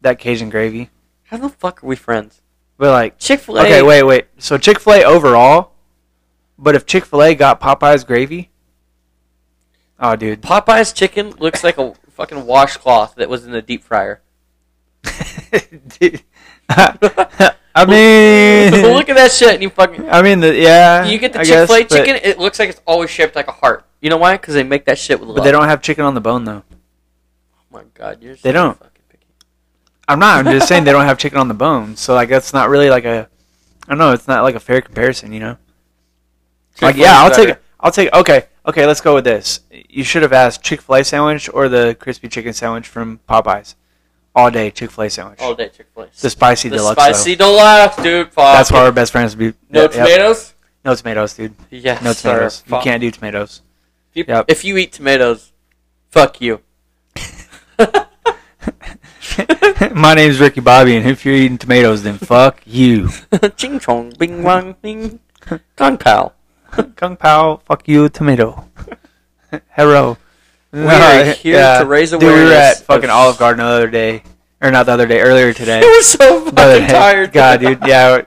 [SPEAKER 3] That Cajun gravy.
[SPEAKER 4] How the fuck are we friends?
[SPEAKER 3] But like,
[SPEAKER 4] Chick Fil A.
[SPEAKER 3] okay, wait, wait. So Chick Fil A overall, but if Chick Fil A got Popeyes gravy, oh, dude.
[SPEAKER 4] Popeye's chicken looks like a fucking washcloth that was in the deep fryer.
[SPEAKER 3] Dude. I mean,
[SPEAKER 4] So look at that shit, and you fucking
[SPEAKER 3] I mean, the, yeah.
[SPEAKER 4] you get the
[SPEAKER 3] Uh, I
[SPEAKER 4] Chick Fil A
[SPEAKER 3] guess, but-
[SPEAKER 4] chicken. It looks like it's always shaped like a heart. You know why? Because they make that shit with love.
[SPEAKER 3] But they don't have chicken on the bone though.
[SPEAKER 4] Oh my god, you're. So
[SPEAKER 3] They don't.
[SPEAKER 4] Fucking picky.
[SPEAKER 3] I'm not. I'm just saying they don't have chicken on the bone. So like that's not really like a. I don't know. It's not like a fair comparison. You know. like
[SPEAKER 4] Chick-fil-A's
[SPEAKER 3] yeah, I'll
[SPEAKER 4] better.
[SPEAKER 3] take. I'll take. Okay, okay. Let's go with this. You should have asked Chick Fil A sandwich or the crispy chicken sandwich from Popeyes. All day Chick Fil A sandwich.
[SPEAKER 4] all day Chick Fil A.
[SPEAKER 3] The spicy
[SPEAKER 4] The
[SPEAKER 3] deluxe.
[SPEAKER 4] spicy deluxe, dude. Fuck.
[SPEAKER 3] Though. That's why we're best friends. Be
[SPEAKER 4] No
[SPEAKER 3] yep, yep.
[SPEAKER 4] tomatoes.
[SPEAKER 3] No tomatoes, dude.
[SPEAKER 4] Yes,
[SPEAKER 3] No
[SPEAKER 4] sir.
[SPEAKER 3] tomatoes. You
[SPEAKER 4] Fuck.
[SPEAKER 3] can't do tomatoes.
[SPEAKER 4] If you,
[SPEAKER 3] Yep.
[SPEAKER 4] if you eat tomatoes, fuck you.
[SPEAKER 3] My name's Ricky Bobby, and if you're eating tomatoes, then fuck you.
[SPEAKER 4] Ching chong, bing wang, bing. Kung pao.
[SPEAKER 3] Kung Pao, fuck you, tomato. Hello.
[SPEAKER 4] We are here to raise
[SPEAKER 3] Dude, we were
[SPEAKER 4] awareness
[SPEAKER 3] at fucking
[SPEAKER 4] of-
[SPEAKER 3] Olive Garden the other day. Or not the other day, earlier
[SPEAKER 4] I
[SPEAKER 3] today.
[SPEAKER 4] was so fucking
[SPEAKER 3] But, hey,
[SPEAKER 4] tired.
[SPEAKER 3] God, dude, yeah.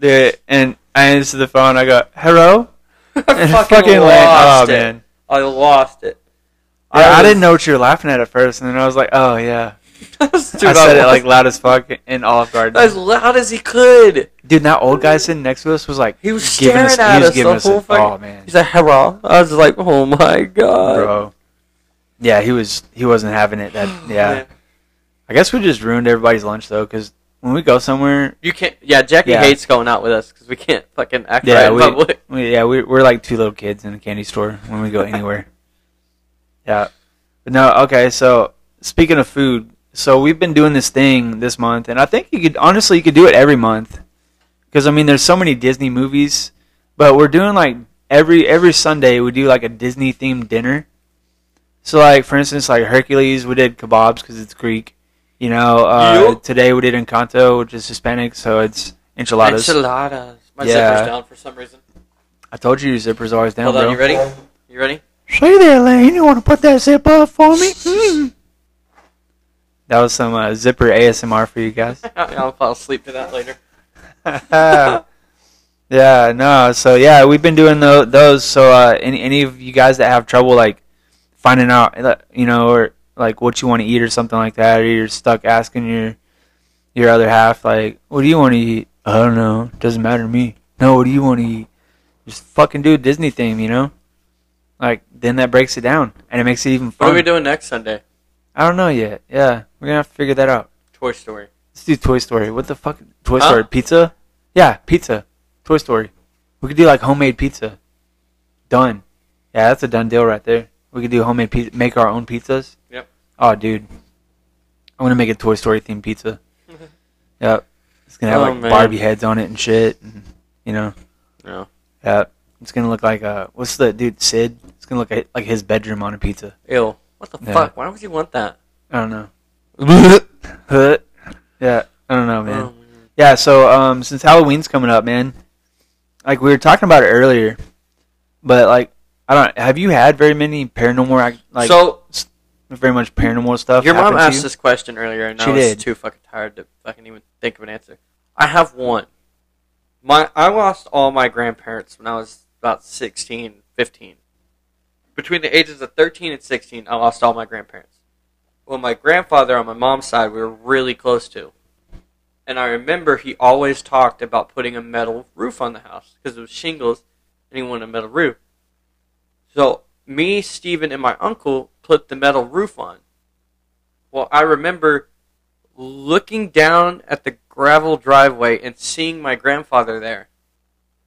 [SPEAKER 3] Dude, and I answered the phone, I go, hello?
[SPEAKER 4] I
[SPEAKER 3] And
[SPEAKER 4] fucking,
[SPEAKER 3] laughed.
[SPEAKER 4] lost
[SPEAKER 3] oh,
[SPEAKER 4] it.
[SPEAKER 3] man.
[SPEAKER 4] I lost it.
[SPEAKER 3] Yeah, I,
[SPEAKER 4] was-
[SPEAKER 3] didn't know what you were laughing at at first, and then I was like, oh, yeah.
[SPEAKER 4] Dude,
[SPEAKER 3] I said it
[SPEAKER 4] lost
[SPEAKER 3] like loud as fuck in Olive Garden.
[SPEAKER 4] as loud as he could.
[SPEAKER 3] dude, that old guy sitting next to us was like,
[SPEAKER 4] He was
[SPEAKER 3] giving
[SPEAKER 4] staring
[SPEAKER 3] us,
[SPEAKER 4] at
[SPEAKER 3] he was
[SPEAKER 4] us
[SPEAKER 3] giving
[SPEAKER 4] the
[SPEAKER 3] us
[SPEAKER 4] whole
[SPEAKER 3] a,
[SPEAKER 4] fucking.
[SPEAKER 3] oh, man.
[SPEAKER 4] He's like, "Hello." I was like, "Oh my god."
[SPEAKER 3] Bro. Yeah, he was, he wasn't having it that, yeah.
[SPEAKER 4] Man.
[SPEAKER 3] I guess we just ruined everybody's lunch though, because when we go somewhere,
[SPEAKER 4] You can't. Yeah, Jackie
[SPEAKER 3] Yeah.
[SPEAKER 4] hates going out with us because we can't fucking act
[SPEAKER 3] Yeah,
[SPEAKER 4] right in
[SPEAKER 3] we-
[SPEAKER 4] public.
[SPEAKER 3] we, yeah, we, we're like two little kids in a candy store when we go anywhere. yeah, but no, okay. So speaking of food, so we've been doing this thing this month, and I think you could honestly you could do it every month, because I mean there's so many Disney movies, but we're doing like every every Sunday we do like a Disney themed dinner. So like for instance like Hercules we did kebabs because it's Greek, you know. Uh,
[SPEAKER 4] Yup.
[SPEAKER 3] Today we did Encanto which is Hispanic so it's enchiladas.
[SPEAKER 4] Enchiladas. My
[SPEAKER 3] Yeah.
[SPEAKER 4] zipper's down for some reason.
[SPEAKER 3] I told you your zipper's always down,
[SPEAKER 4] Hold
[SPEAKER 3] bro.
[SPEAKER 4] on, you ready? You ready?
[SPEAKER 3] Say there, Lane. You want to put that zip up for me? Mm. That was some uh, zipper ASMR for you guys.
[SPEAKER 4] I'll fall asleep to that later.
[SPEAKER 3] yeah, no. So yeah, we've been doing tho- those. So uh, any any of you guys that have trouble like finding out, uh, you know, or like what you want to eat or something like that, or you're stuck asking your your other half, like, what do you want to eat? I don't know. Doesn't matter to me. No, what do you want to eat? Just fucking do a Disney theme, you know. Like then that breaks it down and it makes it even
[SPEAKER 4] What are we
[SPEAKER 3] fun.
[SPEAKER 4] doing next Sunday?
[SPEAKER 3] I don't know yet. Yeah, we're gonna have to figure that out.
[SPEAKER 4] Toy Story.
[SPEAKER 3] Let's do Toy Story. What the fuck? Toy
[SPEAKER 4] Huh?
[SPEAKER 3] Story pizza? Yeah, pizza. Toy Story. We could do like homemade pizza. Done. Yeah, that's a done deal right there. We could do homemade pizza. Make our own pizzas.
[SPEAKER 4] Yep.
[SPEAKER 3] Oh, dude. I want to make a Toy Story themed pizza. yep. It's gonna have
[SPEAKER 4] Oh,
[SPEAKER 3] like
[SPEAKER 4] man.
[SPEAKER 3] Barbie heads on it and shit. And, you know.
[SPEAKER 4] No.
[SPEAKER 3] Yep. It's gonna look like uh, what's the dude Sid? It's gonna look like, like his bedroom on a pizza.
[SPEAKER 4] Ew. What the
[SPEAKER 3] Yeah.
[SPEAKER 4] fuck? Why would you want that?
[SPEAKER 3] I don't know. yeah, I don't know, man.
[SPEAKER 4] Oh,
[SPEAKER 3] Yeah, so um, since Halloween's coming up, man, like we were talking about it earlier, but like I don't have you had very many paranormal ac- like
[SPEAKER 4] so
[SPEAKER 3] very much paranormal stuff.
[SPEAKER 4] your mom
[SPEAKER 3] happen to
[SPEAKER 4] asked
[SPEAKER 3] you?
[SPEAKER 4] this question earlier, and
[SPEAKER 3] She
[SPEAKER 4] I was
[SPEAKER 3] did.
[SPEAKER 4] too fucking tired to fucking even think of an answer. I have one my I lost all my grandparents when I was about 16, 15. Between the ages of 13 and 16, I lost all my grandparents. Well, my grandfather on my mom's side, we were really close to. And I remember he always talked about putting a metal roof on the house because it was shingles and he wanted a metal roof. So, me, Steven, and my uncle put the metal roof on. Well, I remember looking down at the gravel driveway and seeing my grandfather there.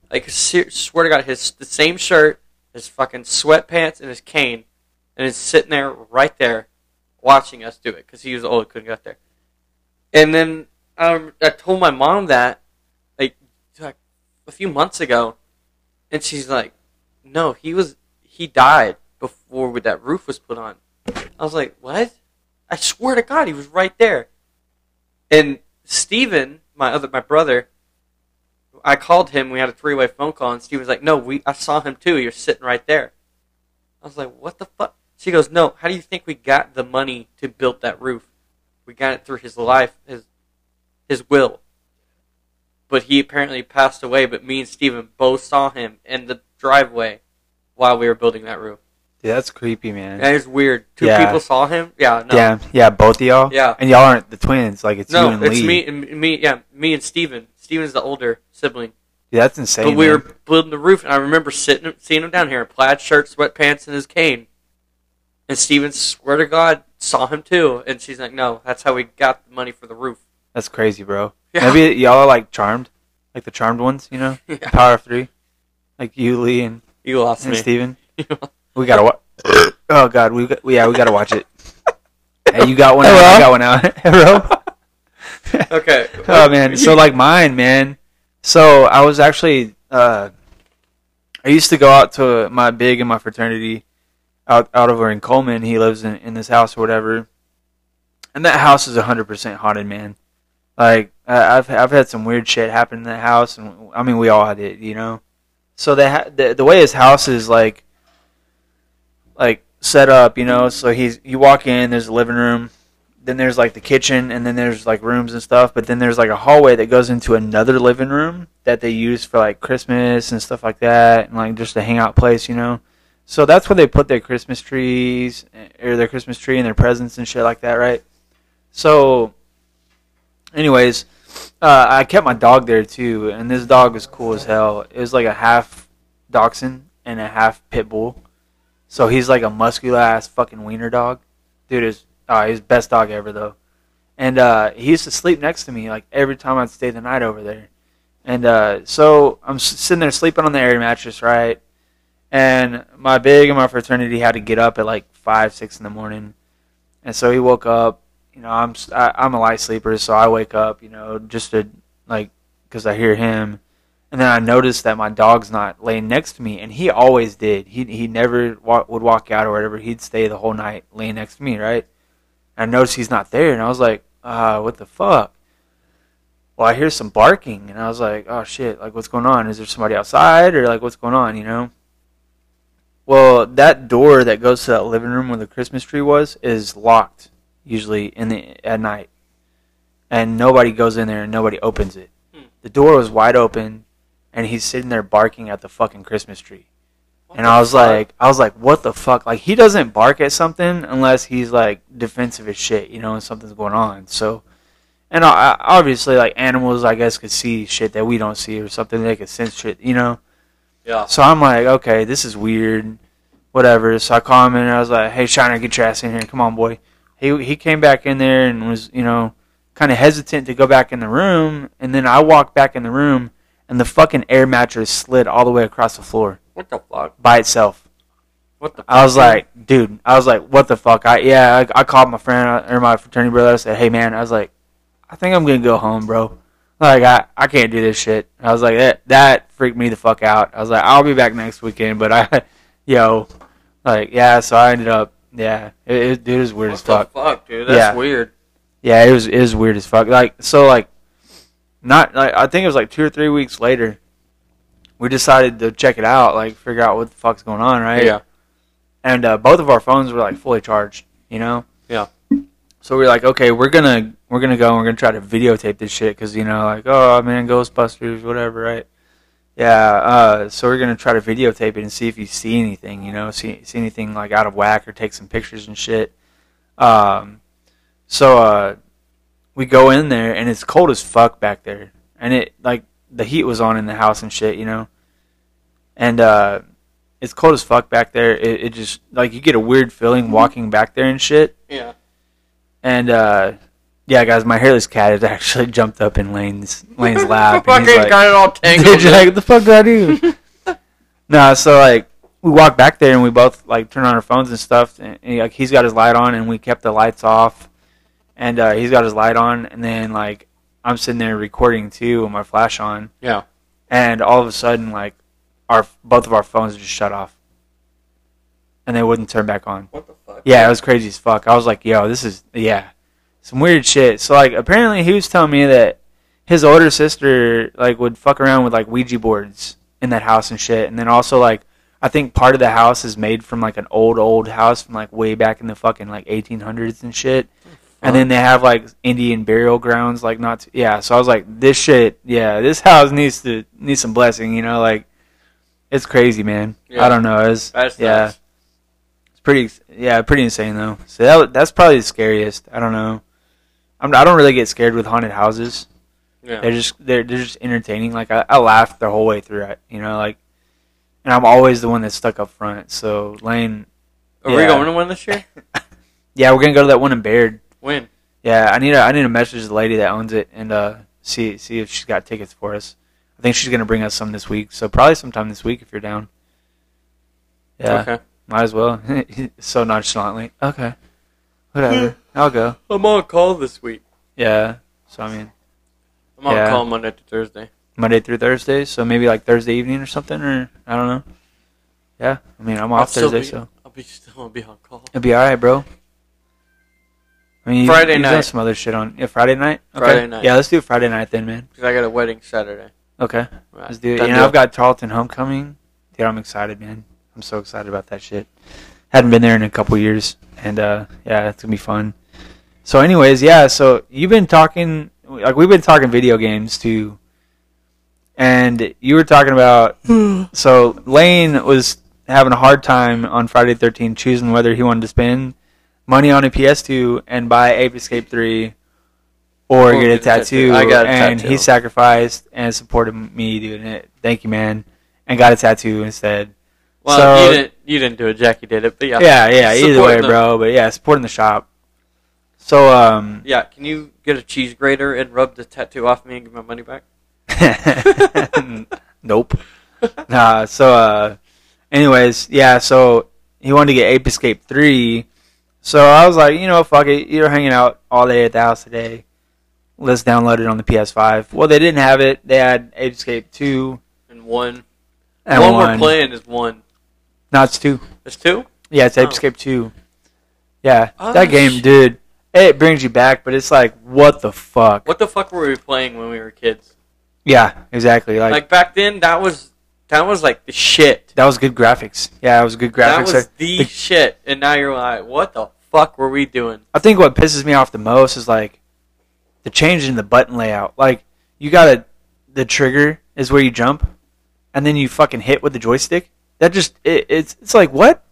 [SPEAKER 4] Like, se- swear to God, his the same shirt, his fucking sweatpants, and his cane, and is sitting there right there, watching us do it because he was old, couldn't get there. And then um, I told my mom that, like, like, a few months ago, and she's like, "No, he was he died before that roof was put on." I was like, "What?" I swear to God, he was right there. And Steven, my other my brother, I called him, we had a three way phone call and Steven's like, No, we I saw him too, you're sitting right there. I was like, What the fuck? She goes, No, how do you think we got the money to build that roof? We got it through his life, his his will. But he apparently passed away, but me and Steven both saw him in the driveway while we were building that roof.
[SPEAKER 3] Dude, that's creepy, man.
[SPEAKER 4] That is weird. Two
[SPEAKER 3] Yeah.
[SPEAKER 4] people saw him? Yeah, no.
[SPEAKER 3] Yeah, yeah, both of y'all.
[SPEAKER 4] Yeah.
[SPEAKER 3] and y'all aren't the twins. Like it's you
[SPEAKER 4] no,
[SPEAKER 3] and
[SPEAKER 4] it's
[SPEAKER 3] Lee.
[SPEAKER 4] me and me yeah, me and Steven. Steven's the older sibling.
[SPEAKER 3] Dude, that's insane.
[SPEAKER 4] but we
[SPEAKER 3] man.
[SPEAKER 4] were building the roof, and I remember sitting, seeing him down here, in plaid shirt, sweatpants, and his cane. And Steven, swear to God, saw him too. And she's like, "No, that's how we got the money for the roof."
[SPEAKER 3] That's crazy, bro.
[SPEAKER 4] Yeah.
[SPEAKER 3] Maybe y'all are like charmed, like the charmed ones. You know,
[SPEAKER 4] Yeah.
[SPEAKER 3] Power of Three, like you, Lee, and,
[SPEAKER 4] You lost
[SPEAKER 3] and
[SPEAKER 4] me.
[SPEAKER 3] Steven.
[SPEAKER 4] You lost-
[SPEAKER 3] We gotta watch. oh God, we got, yeah, we gotta watch it. hey, you got one out.
[SPEAKER 1] Hello?
[SPEAKER 3] I got one out. Hello.
[SPEAKER 4] okay.
[SPEAKER 3] oh man so like mine man so i was actually uh i used to go out to my big in my fraternity out out over in coleman he lives in, in this house or whatever and that house is 100% haunted man like I i've i've had some weird shit happen in that house and i mean we all had it you know so the ha- the, the way his house is like like set up you know so he's you walk in there's a living room then there's like the kitchen and then there's like rooms and stuff but then there's like a hallway that goes into another living room that they use for like christmas and stuff like that and like just a hangout place you know so that's where they put their christmas trees eh, or their christmas tree and their presents and shit like that right so anyways uh, i kept my dog there too and this dog was cool as hell it was like a half dachshund and a half pit bull so he's like a muscular ass fucking wiener dog dude is uh, he was best dog ever though, and uh, he used to sleep next to me like every time I'd stay the night over there, and uh, so I'm s- sitting there sleeping on the air mattress right, and my big and my fraternity had to get up at like five six in the morning, and so he woke up. You know I'm s- I, am i am a light sleeper, so I wake up you know just to like because I hear him. And then I noticed that my dog's not laying next to me, and he always did. He he never wa- would walk out or whatever. He'd stay the whole night laying next to me, right? And I noticed he's not there, and I was like, uh, what the fuck? Well, I hear some barking, and I was like, oh shit, like what's going on? Is there somebody outside, or like what's going on, you know? Well, that door that goes to that living room where the Christmas tree was is locked usually in the at night, and nobody goes in there and nobody opens it.
[SPEAKER 4] Hmm.
[SPEAKER 3] The door was wide open, and he's sitting there barking at the fucking Christmas tree
[SPEAKER 4] What
[SPEAKER 3] and
[SPEAKER 4] the
[SPEAKER 3] I was
[SPEAKER 4] fuck?
[SPEAKER 3] like, I was like, what the fuck? Like he doesn't bark at something unless he's like defensive as shit, you know, and something's going on. So, and I, I- obviously, like animals, I guess, could see shit that we don't see or something. They could sense shit, you know.
[SPEAKER 4] "Yeah,
[SPEAKER 3] So I'm like, okay, this is weird, whatever. So I call him in and I was like, hey, Shiner, get your ass in here. Come on, boy. He he came back in there and was, you know, kind of hesitant to go back in the room. And then I walked back in the room and the fucking air mattress slid all the way across the floor
[SPEAKER 4] what the fuck?
[SPEAKER 3] by itself.
[SPEAKER 4] What the?"
[SPEAKER 3] I was
[SPEAKER 4] fuck, dude?
[SPEAKER 3] like, dude, I was like, what the fuck? I yeah, I, I called my friend uh, or my fraternity brother. I said, hey man, I was like, I think I'm gonna go home, bro. Like I, I can't do this shit. I was like that that freaked me the fuck out. I was like, I'll be back next weekend, but I, yo, like yeah. So I ended up yeah, it, it, dude, it was weird
[SPEAKER 4] "What
[SPEAKER 3] as fuck.
[SPEAKER 4] the fuck, dude? That's
[SPEAKER 3] Yeah.
[SPEAKER 4] weird."
[SPEAKER 3] Yeah, it was it was weird as fuck. Like so like not like I think it was like two or three weeks later, we decided to check it out, like figure out what the fuck's going on, right? And uh, both of our phones were like fully charged, you know?
[SPEAKER 4] Yeah.
[SPEAKER 3] So we were like, okay, we're gonna we're gonna go and we're gonna try to videotape this shit because you know, like, oh man, Ghostbusters, whatever, right? Yeah. Uh, so we're gonna try to videotape it and see if you see anything, you know, see see anything like out of whack or take some pictures and shit. Um, so uh, we go in there and it's cold as fuck back there, and it like the heat was on in the house and shit, you know, and uh, it's cold as fuck back there. It, it just like you get a weird feeling walking back there and shit.
[SPEAKER 4] Yeah.
[SPEAKER 3] And uh yeah, guys, my hairless cat has actually jumped up in Lane's Lane's lap. and
[SPEAKER 4] Fucking
[SPEAKER 3] he's like,
[SPEAKER 4] got it all tangled.
[SPEAKER 3] Dude, you're like, what the fuck did I do? nah, so like we walked back there and we both like turned on our phones and stuff. And, and, like he's got his light on and we kept the lights off. And uh, he's got his light on, and then like I'm sitting there recording too with my flash on.
[SPEAKER 4] Yeah.
[SPEAKER 3] And all of a sudden, like our both of our phones just shut off, and they wouldn't turn back on.
[SPEAKER 4] what the fuck?
[SPEAKER 3] Yeah, it was crazy as fuck. I was like, yo, this is yeah, some weird shit. So like, apparently he was telling me that his older sister like would fuck around with like Ouija boards in that house and shit, and then also like I think part of the house is made from like an old old house from like way back in the fucking like 1800s and shit. And then they have like Indian burial grounds, like not t- yeah. So I was like, this shit, yeah, this house needs to needs some blessing, you know, like it's crazy, man.
[SPEAKER 4] Yeah.
[SPEAKER 3] I don't know, it's
[SPEAKER 4] That's
[SPEAKER 3] yeah.
[SPEAKER 4] nuts.
[SPEAKER 3] It's pretty, yeah, pretty insane though. So that wa- that's probably the scariest. I don't know. I'm I don't really get scared with haunted houses.
[SPEAKER 4] Yeah.
[SPEAKER 3] They're just they're they're just entertaining. Like I, I laughed the whole way through it. You know, like, and I'm always the one that's stuck up front. So Lane,
[SPEAKER 4] Are we
[SPEAKER 3] yeah.
[SPEAKER 4] going to one this year?
[SPEAKER 3] yeah, we're gonna go to that one in Baird.
[SPEAKER 4] when?
[SPEAKER 3] Yeah, I need a, I need to message the lady that owns it and uh see see if she's got tickets for us. I think she's gonna bring us some this week. So probably sometime this week if you're down. Yeah.
[SPEAKER 4] Okay.
[SPEAKER 3] Might as well. so nonchalantly. Okay. Whatever. I'll go.
[SPEAKER 4] I'm on call this week.
[SPEAKER 3] Yeah. So I mean
[SPEAKER 4] I'm on
[SPEAKER 3] Yeah.
[SPEAKER 4] call Monday to Thursday.
[SPEAKER 3] Monday through Thursday, so maybe like Thursday evening or something or I don't know. Yeah. I mean I'm
[SPEAKER 4] I'll
[SPEAKER 3] off
[SPEAKER 4] still
[SPEAKER 3] Thursday
[SPEAKER 4] be-
[SPEAKER 3] so
[SPEAKER 4] I'll be still I'll be on call.
[SPEAKER 3] it'll be alright, bro. I mean, you-
[SPEAKER 4] Friday
[SPEAKER 3] you've
[SPEAKER 4] night.
[SPEAKER 3] Done some other shit on yeah, Friday night.
[SPEAKER 4] Friday night.
[SPEAKER 3] Yeah, let's do Friday night then, man.
[SPEAKER 4] Because I got a wedding Saturday.
[SPEAKER 3] Okay,
[SPEAKER 4] Right.
[SPEAKER 3] let's do it.
[SPEAKER 4] Done
[SPEAKER 3] You know,
[SPEAKER 4] deal.
[SPEAKER 3] I've got Tarleton homecoming. Dude, I'm excited, man. I'm so excited about that shit. Hadn't been there in a couple years, and uh, yeah, it's gonna be fun. So, anyways, yeah. So you've been talking, like we've been talking video games too, and you were talking about. so Lane was having a hard time on Friday 13 choosing whether he wanted to spend money on a PS2 and buy Ape Escape 3 or, get a tattoo.
[SPEAKER 4] I got a
[SPEAKER 3] and
[SPEAKER 4] tattoo.
[SPEAKER 3] he sacrificed and supported me doing it. Thank you, man. And got a tattoo instead.
[SPEAKER 4] Well,
[SPEAKER 3] So-
[SPEAKER 4] you didn't you didn't do it, Jackie did it, but yeah.
[SPEAKER 3] Yeah, yeah. Either way,
[SPEAKER 4] Supporting the-
[SPEAKER 3] bro. But yeah, supporting the shop. So um,
[SPEAKER 4] Yeah, can you get a cheese grater and rub the tattoo off me and get my money back?
[SPEAKER 3] nope. Nah. So, uh, anyways, yeah. So he wanted to get Ape Escape three. So I was like, you know, fuck it. You're hanging out all day at the house today. Let's download it on the PS5. Well, they didn't have it. They had Ape Escape two
[SPEAKER 4] And one
[SPEAKER 3] and
[SPEAKER 4] one
[SPEAKER 3] one.
[SPEAKER 4] we're playing is one.
[SPEAKER 3] No, it's two.
[SPEAKER 4] It's two?
[SPEAKER 3] Yeah, it's Ape
[SPEAKER 4] Oh.
[SPEAKER 3] Escape two. Yeah,
[SPEAKER 4] Oh,
[SPEAKER 3] that game,
[SPEAKER 4] sh-
[SPEAKER 3] dude. It brings you back, but it's like, what the fuck?
[SPEAKER 4] What the fuck were we playing when we were kids?
[SPEAKER 3] Yeah, exactly. Like,
[SPEAKER 4] Like, back then that was that was like the shit.
[SPEAKER 3] that was good graphics. Yeah, it was good graphics.
[SPEAKER 4] That was the,
[SPEAKER 3] the-
[SPEAKER 4] shit. And now you're like, what the fuck were we doing?
[SPEAKER 3] I think what pisses me off the most is like the change in the button layout. Like you gotta the trigger is where you jump, and then you fucking hit with the joystick. That just it, it's it's like what,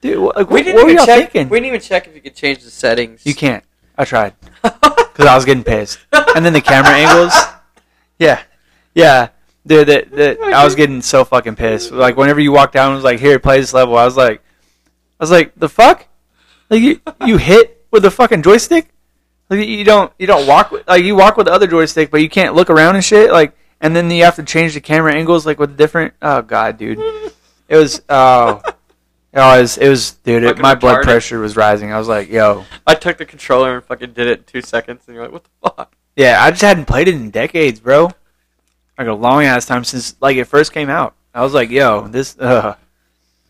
[SPEAKER 3] dude? wha- Like, what, what
[SPEAKER 4] we didn't
[SPEAKER 3] were
[SPEAKER 4] even
[SPEAKER 3] y'all
[SPEAKER 4] check.
[SPEAKER 3] thinking?
[SPEAKER 4] We didn't even check if you could change the settings.
[SPEAKER 3] you can't. I tried because I was getting pissed, and then the camera angles. Yeah, yeah. Dude, the, the, I was getting so fucking pissed. Like whenever you walk down, it was like, "Here, play this level." I was like, I was like, "The fuck? Like you, you hit with the fucking joystick? Like you don't, you don't walk with, like you walk with the other joystick, but you can't look around and shit. Like, and then you have to change the camera angles, like with different. Oh god, dude, it was, oh, oh, it was, it was, dude. It,
[SPEAKER 4] Fucking
[SPEAKER 3] my blood
[SPEAKER 4] retarded.
[SPEAKER 3] pressure was rising. I was like, yo,
[SPEAKER 4] I took the controller and fucking did it in two seconds, and you're like, what the fuck?
[SPEAKER 3] Yeah, I just hadn't played it in decades, bro. Like a long ass time since like it first came out. I was like, yo, this uh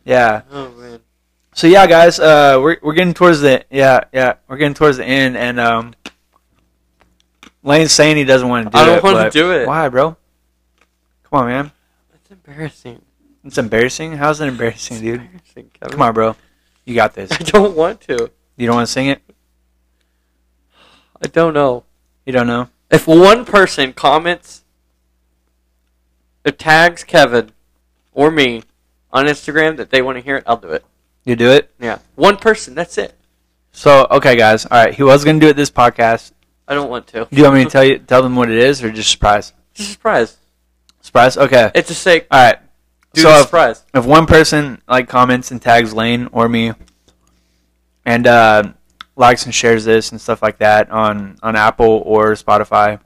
[SPEAKER 3] yeah.
[SPEAKER 4] Oh man.
[SPEAKER 3] So yeah, guys, uh we're we're getting towards the yeah, yeah, we're getting towards the end and um Lane's saying he doesn't want to do
[SPEAKER 4] I don't
[SPEAKER 3] it.
[SPEAKER 4] wanna
[SPEAKER 3] but
[SPEAKER 4] do it.
[SPEAKER 3] Why, bro? Come on, man.
[SPEAKER 4] That's embarrassing.
[SPEAKER 3] It's embarrassing. How's it embarrassing,
[SPEAKER 4] It's
[SPEAKER 3] dude?
[SPEAKER 4] embarrassing,
[SPEAKER 3] Come on, bro. You got this.
[SPEAKER 4] I don't want to.
[SPEAKER 3] You don't want to sing it?
[SPEAKER 4] I don't know.
[SPEAKER 3] You don't know.
[SPEAKER 4] If one person comments or tags Kevin or me on Instagram that they want to hear it, I'll do it.
[SPEAKER 3] You do it.
[SPEAKER 4] Yeah. One person, that's it.
[SPEAKER 3] So okay, guys. All right. He was gonna do it this podcast.
[SPEAKER 4] I don't want to.
[SPEAKER 3] Do you want me to tell you tell them what it is or just surprise?
[SPEAKER 4] It's a surprise.
[SPEAKER 3] Surprise. Okay.
[SPEAKER 4] It's a sake.
[SPEAKER 3] All right.
[SPEAKER 4] Do
[SPEAKER 3] so
[SPEAKER 4] the
[SPEAKER 3] if,
[SPEAKER 4] surprise.
[SPEAKER 3] if one person like comments and tags Lane or me, and uh, likes and shares this and stuff like that on on Apple or Spotify,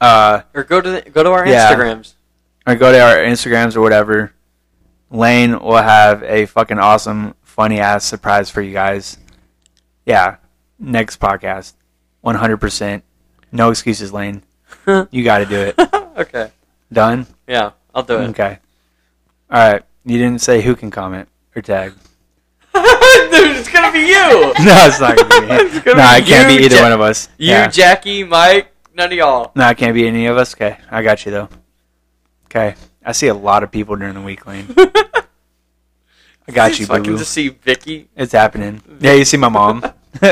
[SPEAKER 3] uh,
[SPEAKER 4] Or go to the, go to our
[SPEAKER 3] Yeah.
[SPEAKER 4] Instagrams.
[SPEAKER 3] or go to our Instagrams or whatever, Lane will have a fucking awesome, funny ass surprise for you guys. Yeah, next podcast, one hundred percent, no excuses, Lane. You got to do it.
[SPEAKER 4] okay.
[SPEAKER 3] Done.
[SPEAKER 4] Yeah, I'll do it.
[SPEAKER 3] Okay. All right. You didn't say who can comment or tag.
[SPEAKER 4] Dude, it's gonna be you.
[SPEAKER 3] No, it's not gonna be.
[SPEAKER 4] It's gonna
[SPEAKER 3] no,
[SPEAKER 4] be
[SPEAKER 3] it can't
[SPEAKER 4] you,
[SPEAKER 3] be either
[SPEAKER 4] Ja-
[SPEAKER 3] one of us.
[SPEAKER 4] You,
[SPEAKER 3] Yeah.
[SPEAKER 4] Jackie, Mike, none of y'all.
[SPEAKER 3] No, it can't be any of us. Okay, I got you though. Okay, I see a lot of people during the week, Lane. I got you,
[SPEAKER 4] So I
[SPEAKER 3] boo
[SPEAKER 4] can
[SPEAKER 3] boo.
[SPEAKER 4] just see Vicky.
[SPEAKER 3] It's happening. Yeah, you see my mom.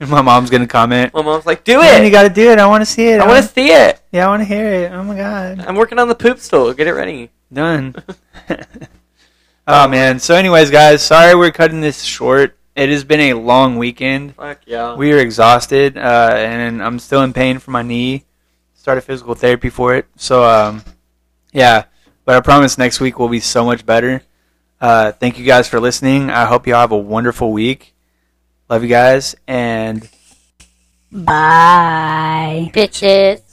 [SPEAKER 3] my mom's gonna comment.
[SPEAKER 4] My mom's like, "Do
[SPEAKER 3] Man,
[SPEAKER 4] it!
[SPEAKER 3] you gotta do it. I want to see it.
[SPEAKER 4] I want to see it.
[SPEAKER 3] yeah, I want to hear it. Oh my god.
[SPEAKER 4] I'm working on the poop stool. Get it ready."
[SPEAKER 3] Done. oh man. So, anyways, guys, sorry we're cutting this short. It has been a long weekend.
[SPEAKER 4] Fuck yeah.
[SPEAKER 3] We are exhausted, uh, and I'm still in pain from my knee. Started physical therapy for it. So, um, yeah, but I promise next week will be so much better. Uh, thank you guys for listening. I hope y'all have a wonderful week. Love you guys, and
[SPEAKER 1] Bye. Bitches.